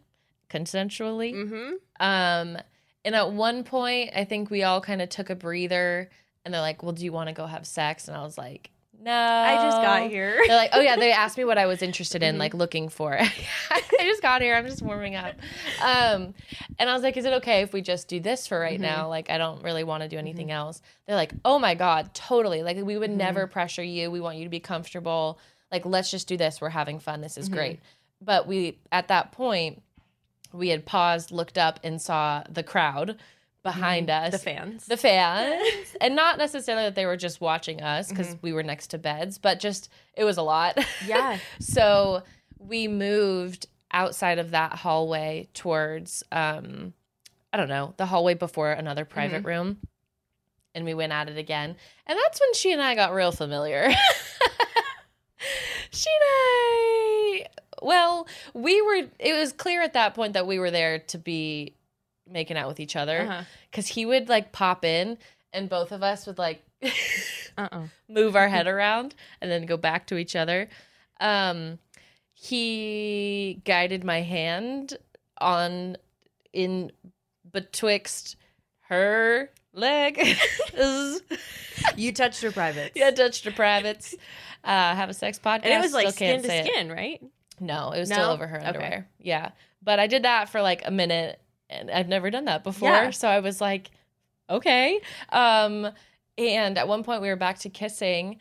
Speaker 3: consensually.
Speaker 2: Mm-hmm.
Speaker 3: Um, and at one point, I think we all kind of took a breather and they're like, Well, do you want to go have sex? And I was like, No.
Speaker 2: I just got here.
Speaker 3: They're like, oh yeah, they asked me what I was interested in,
Speaker 2: Mhm.
Speaker 3: like looking for. I just got here. I'm just warming up. Um, and I was like, is it okay if we just do this for right
Speaker 2: Mhm.
Speaker 3: now? Like, I don't really want to do anything
Speaker 2: Mm-hmm.
Speaker 3: else. They're like, oh my god, totally. Like, we would
Speaker 2: Mhm.
Speaker 3: never pressure you. We want you to be comfortable. Like, let's just do this. We're having fun. This is
Speaker 2: Mhm.
Speaker 3: great. But we, at that point, we had paused, looked up, and saw the crowd behind us
Speaker 2: Mm-hmm. The fans.
Speaker 3: the fans and not necessarily that they were just watching us because we were next to beds but just it was a lot
Speaker 2: yeah.
Speaker 3: so we moved outside of that hallway towards um i don't know the hallway before another private room and we went at it again and that's when she and i got real familiar she and i well we were it was clear at that point that we were there to be making out with each other
Speaker 2: Uh-huh.
Speaker 3: because he would like pop in and both of us would like Uh-uh.
Speaker 2: Uh-oh.
Speaker 3: move our head around and then go back to each other um he guided my hand on in betwixt her leg
Speaker 2: You touched her privates.
Speaker 3: yeah touched her privates uh have a sex podcast
Speaker 2: And it was like
Speaker 3: still
Speaker 2: skin
Speaker 3: can't
Speaker 2: to
Speaker 3: say it.
Speaker 2: skin, right?
Speaker 3: No, it was still
Speaker 2: No?
Speaker 3: over her
Speaker 2: Okay.
Speaker 3: underwear. Yeah. But I did that for like a minute and I've never done that before.
Speaker 2: Yeah.
Speaker 3: So I was like, okay. Um, and at one point we were back to kissing,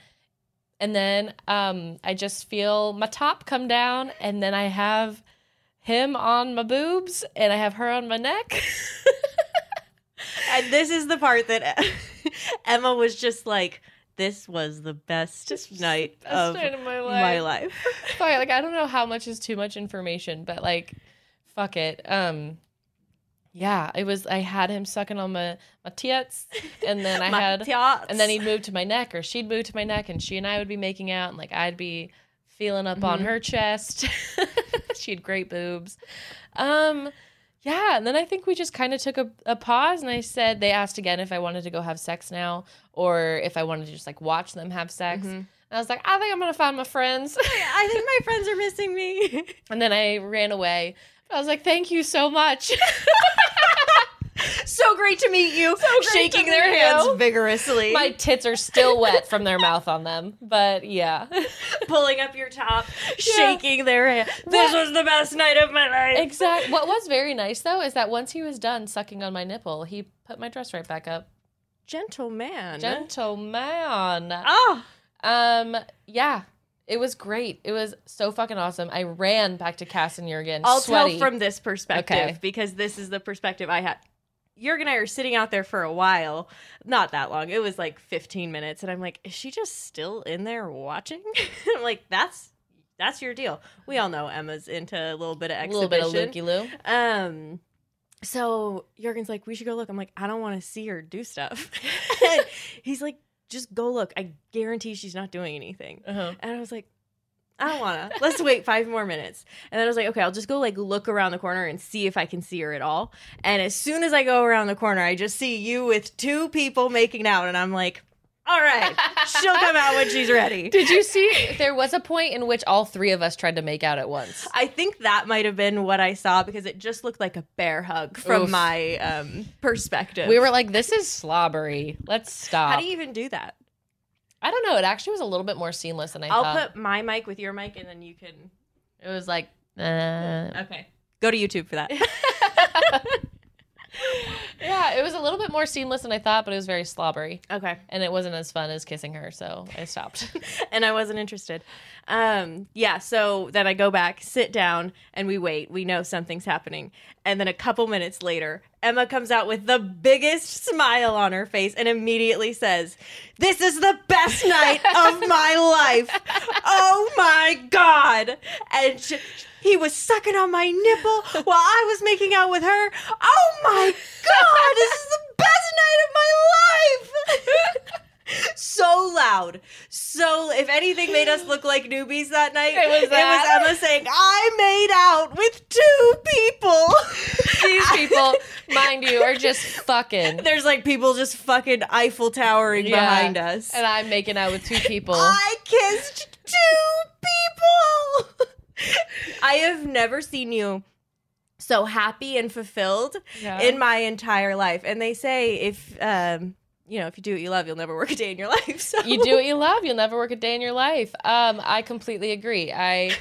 Speaker 3: and then um, I just feel my top come down, and then I have him on my boobs, and I have her on my neck.
Speaker 2: And this is the part that Emma was just like, "This was the best night
Speaker 3: Best
Speaker 2: of
Speaker 3: night of my life.
Speaker 2: my life."
Speaker 3: Fuck, like I don't know how much is too much information, but like, fuck it. Um, yeah, it was. I had him sucking on my my tits, and then I
Speaker 2: My
Speaker 3: had
Speaker 2: thoughts.
Speaker 3: and then he'd move to my neck or she'd move to my neck and she and i would be making out and like i'd be feeling up on
Speaker 2: Mhm.
Speaker 3: her chest she had great boobs um yeah and then i think we just kind of took a, a pause and i said they asked again if i wanted to go have sex now or if i wanted to just like watch them have sex and i was like i think i'm gonna find my friends
Speaker 2: Mm-hmm. I think my friends are missing me.
Speaker 3: and then i ran away i was like thank you so much
Speaker 2: so great to meet you. So
Speaker 3: great
Speaker 2: Shaking
Speaker 3: to
Speaker 2: their
Speaker 3: meet
Speaker 2: hands
Speaker 3: you.
Speaker 2: vigorously.
Speaker 3: my tits are still wet from their mouth on them but yeah
Speaker 2: pulling up your top, shaking their hand. This was the best night of my life.
Speaker 3: Exactly. What was very nice though is that once he was done sucking on my nipple, he put my dress right back up.
Speaker 2: Gentleman.
Speaker 3: Gentleman.
Speaker 2: oh,
Speaker 3: Um, yeah. It was great. It was so fucking awesome. I ran back to Cass and Jurgen.
Speaker 2: I'll
Speaker 3: sweaty.
Speaker 2: tell from this perspective
Speaker 3: Okay.
Speaker 2: because this is the perspective I had. Jurg and I are sitting out there for a while, not that long. It was like 15 minutes, and I'm like, is she just still in there watching? I'm like, that's that's your deal. We all know Emma's into a little bit of
Speaker 3: a
Speaker 2: exhibition.
Speaker 3: little bit of looky loo.
Speaker 2: Um, so Jurgen's like, we should go look. I'm like, I don't want to see her do stuff. He's like, just go look. I guarantee she's not doing anything.
Speaker 3: Uh-huh.
Speaker 2: And I was like, I don't wanna. Let's wait five more minutes. And then I was like, okay, I'll just go like look around the corner and see if I can see her at all. And as soon as I go around the corner, I just see you with two people making out, and I'm like, all right, she'll come out when she's ready.
Speaker 3: Did you see there was a point in which all three of us tried to make out at once?
Speaker 2: I think that might have been what I saw because it just looked like a bear hug from
Speaker 3: Oof.
Speaker 2: my um, perspective.
Speaker 3: We were like, this is slobbery. Let's stop.
Speaker 2: How do you even do that?
Speaker 3: I don't know. It actually was a little bit more seamless than I
Speaker 2: I'll
Speaker 3: thought.
Speaker 2: put my mic with your mic and then you can.
Speaker 3: it was like, uh,
Speaker 2: Okay. Go to YouTube for that.
Speaker 3: yeah, it was a little bit more seamless than I thought, but it was very slobbery.
Speaker 2: okay.
Speaker 3: And it wasn't as fun as kissing her, so I stopped.
Speaker 2: And I wasn't interested. Um, yeah. So then I go back, sit down, and we wait. We know something's happening. And then a couple minutes later, Emma comes out with the biggest smile on her face and immediately says, This is the best night of my life. Oh my God. And she, he was sucking on my nipple while I was making out with her. Oh my God. This is the best night of my life. so loud. So, if anything made us look like newbies that night,
Speaker 3: It was that.
Speaker 2: Emma saying, I made out with two people.
Speaker 3: These people, mind you, are just fucking
Speaker 2: There's like people just fucking Eiffel Towering
Speaker 3: Yeah.
Speaker 2: behind us.
Speaker 3: And I'm making out with two people.
Speaker 2: I kissed two people. I have never seen you so happy and fulfilled
Speaker 3: Yeah.
Speaker 2: in my entire life. And they say if um you know, if you do what you love, you'll never work a day in your life. So
Speaker 3: you do what you love. You'll never work a day in your life. Um, I completely agree. I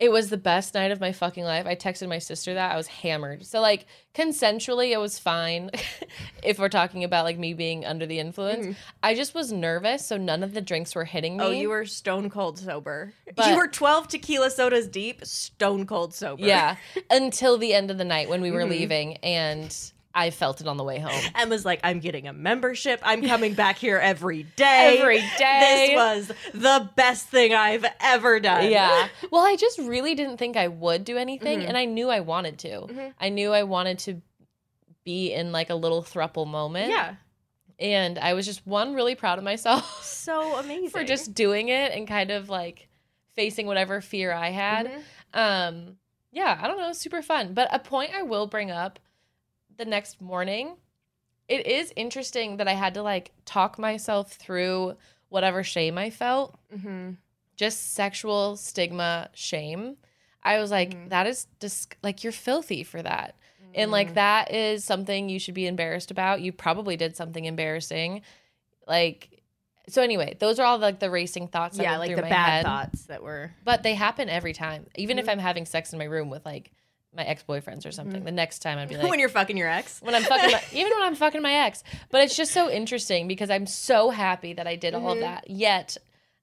Speaker 3: it was the best night of my fucking life. I texted my sister that I was hammered. So like consensually, it was fine. if we're talking about like me being under the influence, I just was nervous, so none of the drinks were hitting me.
Speaker 2: Mm-hmm. Oh, you were stone cold sober. you
Speaker 3: But-
Speaker 2: were 12 tequila sodas deep, stone cold sober.
Speaker 3: yeah until the end of the night when we
Speaker 2: Mm-hmm.
Speaker 3: were leaving, and I felt it on the way home.
Speaker 2: Emma's like, I'm getting a membership. I'm coming back here every day.
Speaker 3: Every day.
Speaker 2: This was the best thing I've ever done.
Speaker 3: Yeah. Well, I just really didn't think I would do anything, and I knew I wanted to. I knew I wanted to be in like a little thruple moment.
Speaker 2: Yeah.
Speaker 3: And I was just one really proud of myself
Speaker 2: So amazing.
Speaker 3: for just doing it and kind of like facing whatever fear I had.
Speaker 2: Mhm.
Speaker 3: Um, yeah, I don't know, super fun. But a point I will bring up the next morning, it is interesting that I had to like talk myself through whatever shame I felt
Speaker 2: Mhm.
Speaker 3: just sexual stigma shame i was like
Speaker 2: Mhm.
Speaker 3: that is dis- like you're filthy for that and
Speaker 2: Mm-hmm.
Speaker 3: like that is something you should be embarrassed about you probably did something embarrassing like so anyway those are all like the racing thoughts that
Speaker 2: yeah,
Speaker 3: went
Speaker 2: like
Speaker 3: through
Speaker 2: the
Speaker 3: my
Speaker 2: bad Mm-hmm.
Speaker 3: head.
Speaker 2: thoughts that were
Speaker 3: but they happen every time even if i'm having sex in my room with like my ex boyfriends or
Speaker 2: Mm-hmm.
Speaker 3: something. The next time I'd be like,
Speaker 2: when you're fucking your ex.
Speaker 3: when I'm fucking my, even when I'm fucking my ex. But it's just so interesting because I'm so happy that I did all
Speaker 2: Mm-hmm.
Speaker 3: that. Yet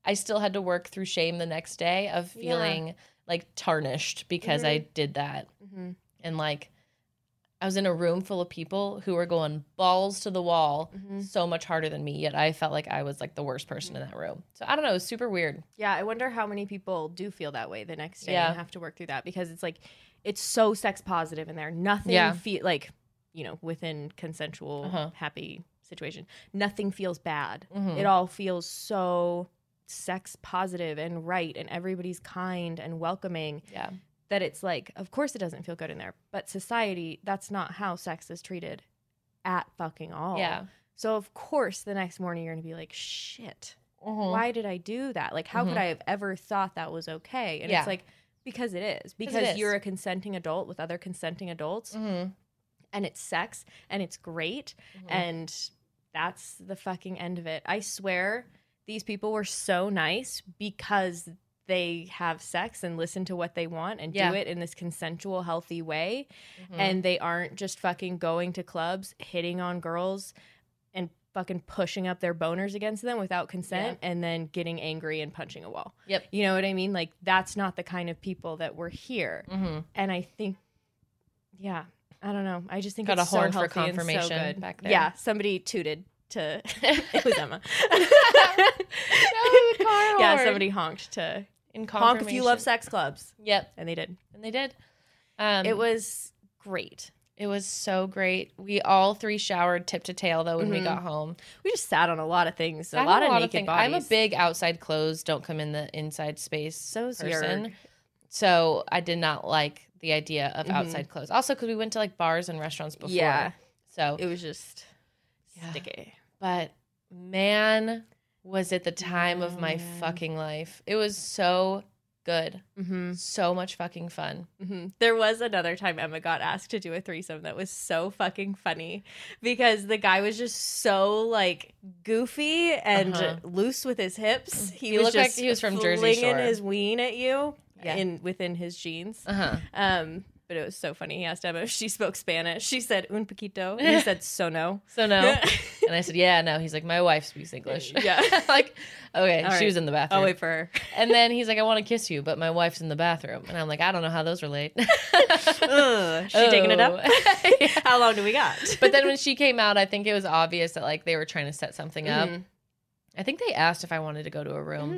Speaker 3: I still had to work through shame the next day of feeling like tarnished because I
Speaker 2: Mm-hmm.
Speaker 3: did that.
Speaker 2: Mhm.
Speaker 3: And like I was in a room full of people who were going balls to the wall
Speaker 2: Mm-hmm.
Speaker 3: so much harder than me, yet I felt like I was like the worst person in that room. So I don't know, it was super weird.
Speaker 2: Yeah, I wonder how many people do feel that way the next day
Speaker 3: Yeah.
Speaker 2: and have to work through that because it's like it's so sex positive in there. Nothing
Speaker 3: Yeah.
Speaker 2: feel like you know within consensual
Speaker 3: Uh-huh.
Speaker 2: happy situation. Nothing feels bad.
Speaker 3: Mhm.
Speaker 2: It all feels so sex positive and right and everybody's kind and welcoming
Speaker 3: Yeah.
Speaker 2: that it's like of course it doesn't feel good in there but society that's not how sex is treated at fucking all
Speaker 3: Yeah.
Speaker 2: so of course the next morning you're gonna be like shit
Speaker 3: Mhm.
Speaker 2: why did I do that? Like, how could
Speaker 3: Mhm.
Speaker 2: I have ever thought that was okay? And
Speaker 3: Yeah.
Speaker 2: it's like, because it is. Because
Speaker 3: is.
Speaker 2: you're a consenting adult with other consenting adults,
Speaker 3: Mhm.
Speaker 2: and it's sex, and it's great,
Speaker 3: Mhm.
Speaker 2: and that's the fucking end of it. I swear these people were so nice because they have sex and listen to what they want and
Speaker 3: Yeah.
Speaker 2: do it in this consensual, healthy way.
Speaker 3: Mhm.
Speaker 2: And they aren't just fucking going to clubs, hitting on girls, and fucking pushing up their boners against them without consent and then getting angry and punching a wall.
Speaker 3: Yep.
Speaker 2: You know what I mean? Like, that's not the kind of people that were here.
Speaker 3: Mhm.
Speaker 2: And I think, yeah, I don't know. I just think
Speaker 3: Got
Speaker 2: it's
Speaker 3: a horn
Speaker 2: so
Speaker 3: for
Speaker 2: healthy and so
Speaker 3: confirmation
Speaker 2: good.
Speaker 3: back there.
Speaker 2: Yeah, somebody tooted to
Speaker 3: Mm-hmm.
Speaker 2: it was Emma.
Speaker 3: No, the car
Speaker 2: yeah,
Speaker 3: horn.
Speaker 2: somebody honked to
Speaker 3: in
Speaker 2: honk if you love
Speaker 3: confirmation.
Speaker 2: sex clubs,
Speaker 3: Yep.
Speaker 2: and they did.
Speaker 3: And they did. Um,
Speaker 2: it was great.
Speaker 3: It was so great. We all three showered tip to tail though when we
Speaker 2: Mhm.
Speaker 3: got home.
Speaker 2: We just sat on a lot of things, a
Speaker 3: I
Speaker 2: lot
Speaker 3: know
Speaker 2: of naked
Speaker 3: things-
Speaker 2: bodies.
Speaker 3: I'm a big outside clothes, don't come in the inside space
Speaker 2: So is
Speaker 3: person.
Speaker 2: Yerg.
Speaker 3: So I did not like the idea of
Speaker 2: Mhm.
Speaker 3: outside clothes. Also, because we went to like bars and restaurants before.
Speaker 2: Yeah.
Speaker 3: So,
Speaker 2: It was just
Speaker 3: Yeah.
Speaker 2: sticky.
Speaker 3: but man, was it the time of my
Speaker 2: Man.
Speaker 3: fucking life? It was so good,
Speaker 2: Mm-hmm.
Speaker 3: so much fucking fun.
Speaker 2: hmm There was another time Emma got asked to do a threesome that was so fucking funny because the guy was just so like goofy and
Speaker 3: Uh-huh.
Speaker 2: loose with his hips. Mm-hmm. He,
Speaker 3: He
Speaker 2: was
Speaker 3: looked like
Speaker 2: just
Speaker 3: he was from Jersey
Speaker 2: flinging
Speaker 3: Shore.
Speaker 2: his ween at you
Speaker 3: Yeah.
Speaker 2: in within his jeans.
Speaker 3: Uh huh.
Speaker 2: Um, but it was so funny. He asked Emma if she spoke Spanish. She said un poquito. And he said so no.
Speaker 3: So no. and I said, yeah, no. He's like, my wife speaks English.
Speaker 2: Yeah.
Speaker 3: like, okay,
Speaker 2: All
Speaker 3: she
Speaker 2: right.
Speaker 3: was in the bathroom.
Speaker 2: I'll wait for her.
Speaker 3: And then he's like, I want to kiss you, but my wife's in the bathroom. And I'm like, I don't know how those relate.
Speaker 2: Ugh, she digging it up. How long do we got?
Speaker 3: but then when she came out, I think it was obvious that like they were trying to set something up.
Speaker 2: Mhm.
Speaker 3: I think they asked if I wanted to go to a room,
Speaker 2: Mm-hmm.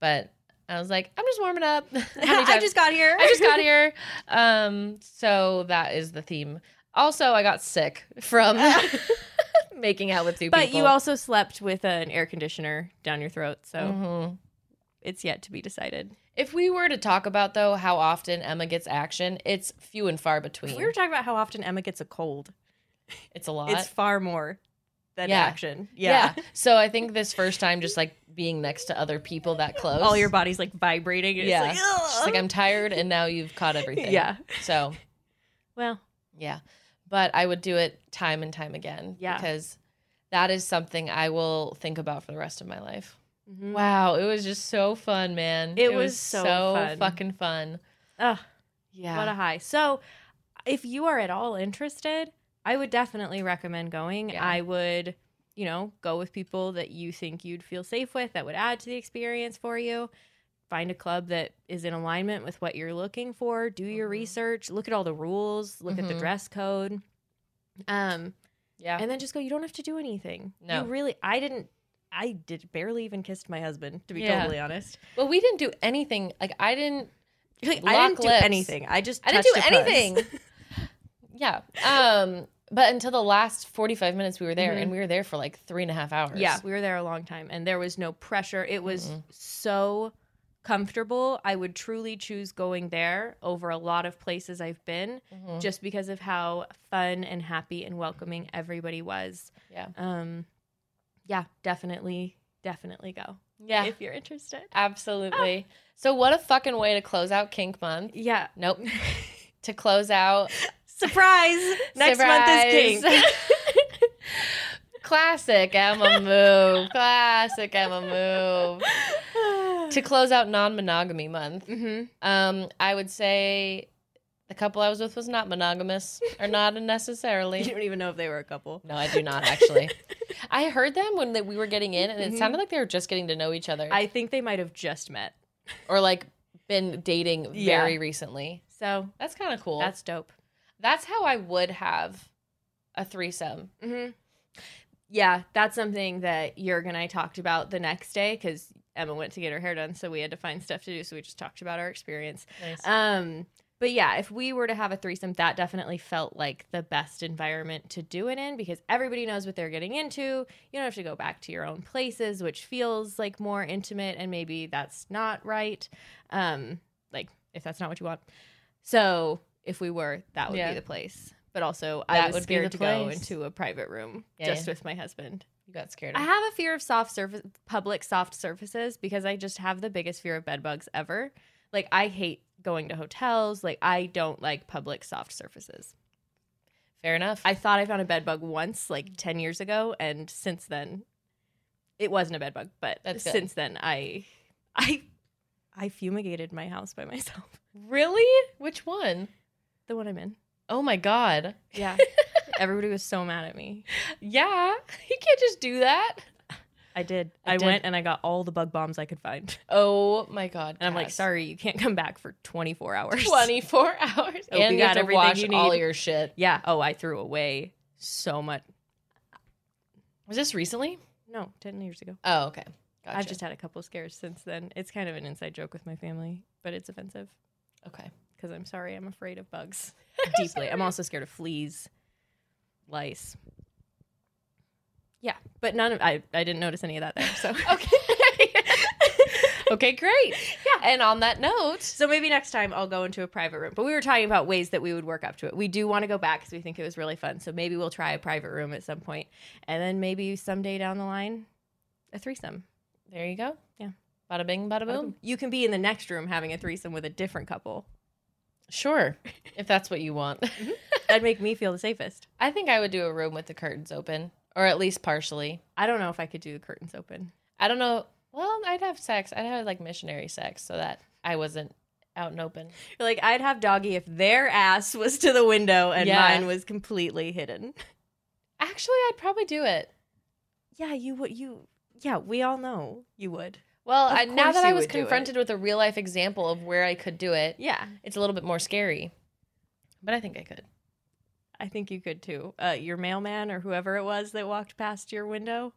Speaker 3: but I was like, I'm just warming up. How many
Speaker 2: I
Speaker 3: times-
Speaker 2: just got here.
Speaker 3: I just got here. Um, so that is the theme. Also, I got sick from making out with two
Speaker 2: But
Speaker 3: people.
Speaker 2: you also slept with an air conditioner down your throat, so
Speaker 3: Mhm.
Speaker 2: it's yet to be decided.
Speaker 3: If we were to talk about though how often Emma gets action, it's few and far between.
Speaker 2: We were talking about how often Emma gets a cold.
Speaker 3: it's a lot.
Speaker 2: It's far more than
Speaker 3: Yeah.
Speaker 2: action. Yeah.
Speaker 3: So I think this first time, just like being next to other people that close,
Speaker 2: All your body's like vibrating. It's
Speaker 3: yeah,
Speaker 2: Like,
Speaker 3: she's like
Speaker 2: "Ugh."
Speaker 3: I'm tired, and now you've caught everything.
Speaker 2: Yeah.
Speaker 3: So
Speaker 2: Well,
Speaker 3: yeah, but I would do it time and time again.
Speaker 2: Yeah.
Speaker 3: Because that is something I will think about for the rest of my life.
Speaker 2: Mm-hmm.
Speaker 3: Wow, it was just so fun, man.
Speaker 2: It was so fun.
Speaker 3: fucking fun.
Speaker 2: Ugh,
Speaker 3: Yeah.
Speaker 2: what a high. So, if you are at all interested, I would definitely recommend going.
Speaker 3: Yeah.
Speaker 2: I would, you know, go with people that you think you'd feel safe with that would add to the experience for you. Find a club that is in alignment with what you're looking for. Do your
Speaker 3: Mhm.
Speaker 2: research. Look at all the rules. Look at the
Speaker 3: Mhm.
Speaker 2: dress code. Um,
Speaker 3: yeah.
Speaker 2: and then just go. You don't have to do anything.
Speaker 3: No.
Speaker 2: you really. I didn't. I did barely even kissed my husband. To be
Speaker 3: Yeah.
Speaker 2: totally honest,
Speaker 3: Well, we didn't do anything. Like I didn't.
Speaker 2: Like, I
Speaker 3: Lock
Speaker 2: didn't
Speaker 3: lips.
Speaker 2: do anything. I just
Speaker 3: I didn't do
Speaker 2: touched a puss.
Speaker 3: anything. Yeah. Um. But until the last 45 minutes we were there,
Speaker 2: Mhm.
Speaker 3: and we were there for like three and a half hours.
Speaker 2: Yeah, we were there a long time and there was no pressure. It was so comfortable. I would truly choose going there over a lot of places I've been
Speaker 3: Mhm.
Speaker 2: just because of how fun and happy and welcoming everybody was.
Speaker 3: Yeah.
Speaker 2: Um yeah, definitely definitely go
Speaker 3: Yeah.
Speaker 2: if Ah. you're interested.
Speaker 3: absolutely. So what a fucking way to close out kink month.
Speaker 2: Yeah.
Speaker 3: Nope. to close out
Speaker 2: Surprise. Next month is
Speaker 3: Surprise!
Speaker 2: king.
Speaker 3: classic Emma move. Classic Emma move. To close out non-monogamy month,
Speaker 2: mhm.
Speaker 3: um, I would say The couple I was with was not monogamous, or not
Speaker 2: You
Speaker 3: necessarily.
Speaker 2: don't even know if they were a couple.
Speaker 3: No, I do not actually. I heard them when they, we were getting in, and it sounded like they were just getting to know each other,
Speaker 2: Mm-hmm. I think they might have just met.
Speaker 3: or like been dating
Speaker 2: Yeah.
Speaker 3: very recently.
Speaker 2: So
Speaker 3: That's kind of cool.
Speaker 2: that's dope.
Speaker 3: that's how I would have a threesome.
Speaker 2: Mm-hmm. Yeah, that's something that Jurg and I talked about the next day because Emma went to get her hair done, so we had to find stuff to do. So we just talked about our experience.
Speaker 3: Nice.
Speaker 2: Um, but yeah, if we were to have a threesome, that definitely felt like the best environment to do it in because everybody knows what they're getting into. You don't have to go back to your own places, which feels like more intimate, and maybe that's not right. Um, like if that's not what you want. So if we were, that would
Speaker 3: Yeah.
Speaker 2: be the place. But also, I
Speaker 3: That
Speaker 2: was
Speaker 3: would be
Speaker 2: scared
Speaker 3: the
Speaker 2: to go
Speaker 3: place.
Speaker 2: into a private room
Speaker 3: Yeah,
Speaker 2: just
Speaker 3: yeah.
Speaker 2: with my husband.
Speaker 3: you got scared.
Speaker 2: I have a fear of soft surface, public soft surfaces, because I just have the biggest fear of bed bugs ever. Like I hate going to hotels. Like I don't like public soft surfaces.
Speaker 3: Fair enough.
Speaker 2: I thought I found a bed bug once, like ten years ago, and since then, it wasn't a bed bug. But
Speaker 3: That's good.
Speaker 2: since then, I, I, I fumigated my house by myself.
Speaker 3: really? Which one?
Speaker 2: The one I'm in.
Speaker 3: Oh my god.
Speaker 2: Yeah. Everybody was so mad at me.
Speaker 3: Yeah. You can't just do that.
Speaker 2: I did.
Speaker 3: I
Speaker 2: I,
Speaker 3: did.
Speaker 2: went and I got all the bug bombs I could find.
Speaker 3: Oh my god.
Speaker 2: And I'm like,
Speaker 3: Cass.
Speaker 2: sorry, you can't come back for 24 hours.
Speaker 3: 24 hours.
Speaker 2: Hope
Speaker 3: and
Speaker 2: you
Speaker 3: you
Speaker 2: got
Speaker 3: have to
Speaker 2: everything
Speaker 3: wash
Speaker 2: you
Speaker 3: all
Speaker 2: need.
Speaker 3: your shit.
Speaker 2: Yeah. Oh, I threw away so much.
Speaker 3: Was this recently?
Speaker 2: No, 10 years ago.
Speaker 3: Oh, okay. Gotcha.
Speaker 2: I've just had a couple scares since then. It's kind of an inside joke with my family, but it's offensive
Speaker 3: okay.
Speaker 2: because I'm sorry. I'm afraid of bugs deeply. I'm also scared of fleas, lice. Yeah, but none of I, I didn't notice any of that there. So
Speaker 3: Okay. okay, great. Yeah. And on that note,
Speaker 2: so maybe next time I'll go into a private room. But we were talking about ways that we would work up to it. We do want to go back because we think it was really fun. So maybe we'll try a private room at some point, and then maybe someday down the line, a threesome.
Speaker 3: there you go.
Speaker 2: Yeah.
Speaker 3: Bada bing, bada boom.
Speaker 2: You can be in the next room having a threesome with a different couple.
Speaker 3: Sure. If that's what you want.
Speaker 2: Mm-hmm. That'd make me feel the safest.
Speaker 3: I think I would do a room with the curtains open, or at least partially.
Speaker 2: I don't know if I could do the curtains open.
Speaker 3: I don't know. Well, I'd have sex. I'd have like missionary sex so that I wasn't out and open.
Speaker 2: Like I'd have doggy if their ass was to the window and
Speaker 3: Yeah.
Speaker 2: mine was completely hidden.
Speaker 3: Actually, I'd probably do it.
Speaker 2: Yeah, you would. You yeah, we all know you would.
Speaker 3: Well,
Speaker 2: Of
Speaker 3: I, now
Speaker 2: course
Speaker 3: that I
Speaker 2: you
Speaker 3: was
Speaker 2: would do it.
Speaker 3: confronted with a real life example of where I could do it,
Speaker 2: Yeah,
Speaker 3: it's a little bit more scary. But I think I could.
Speaker 2: I think you could too. Uh, your mailman or whoever it was that walked past your window.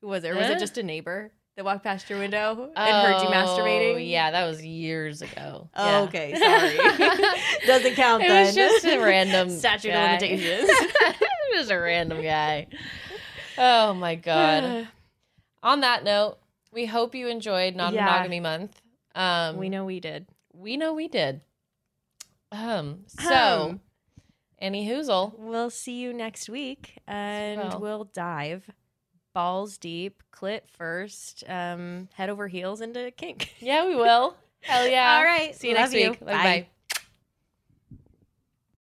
Speaker 2: Who was it? Or was
Speaker 3: Huh?
Speaker 2: it just a neighbor that walked past your window and heard you masturbating?
Speaker 3: Oh, Yeah, that was years ago.
Speaker 2: Oh,
Speaker 3: Yeah.
Speaker 2: okay, sorry. Doesn't count.
Speaker 3: It
Speaker 2: then.
Speaker 3: was just a random
Speaker 2: statute
Speaker 3: guy.
Speaker 2: of limitations.
Speaker 3: It was a random guy. Oh my god. On that note, we hope you enjoyed non-monogamy month. Um,
Speaker 2: we know we did.
Speaker 3: we know we did. Um. So,
Speaker 2: Um.
Speaker 3: any hoozle.
Speaker 2: We'll see you next week, and
Speaker 3: well.
Speaker 2: we'll dive balls deep, clit first, um, head over heels into kink.
Speaker 3: Yeah, we will. Hell yeah.
Speaker 2: All right.
Speaker 3: See you
Speaker 2: Love
Speaker 3: next
Speaker 2: you.
Speaker 3: week.
Speaker 2: Bye.
Speaker 3: bye.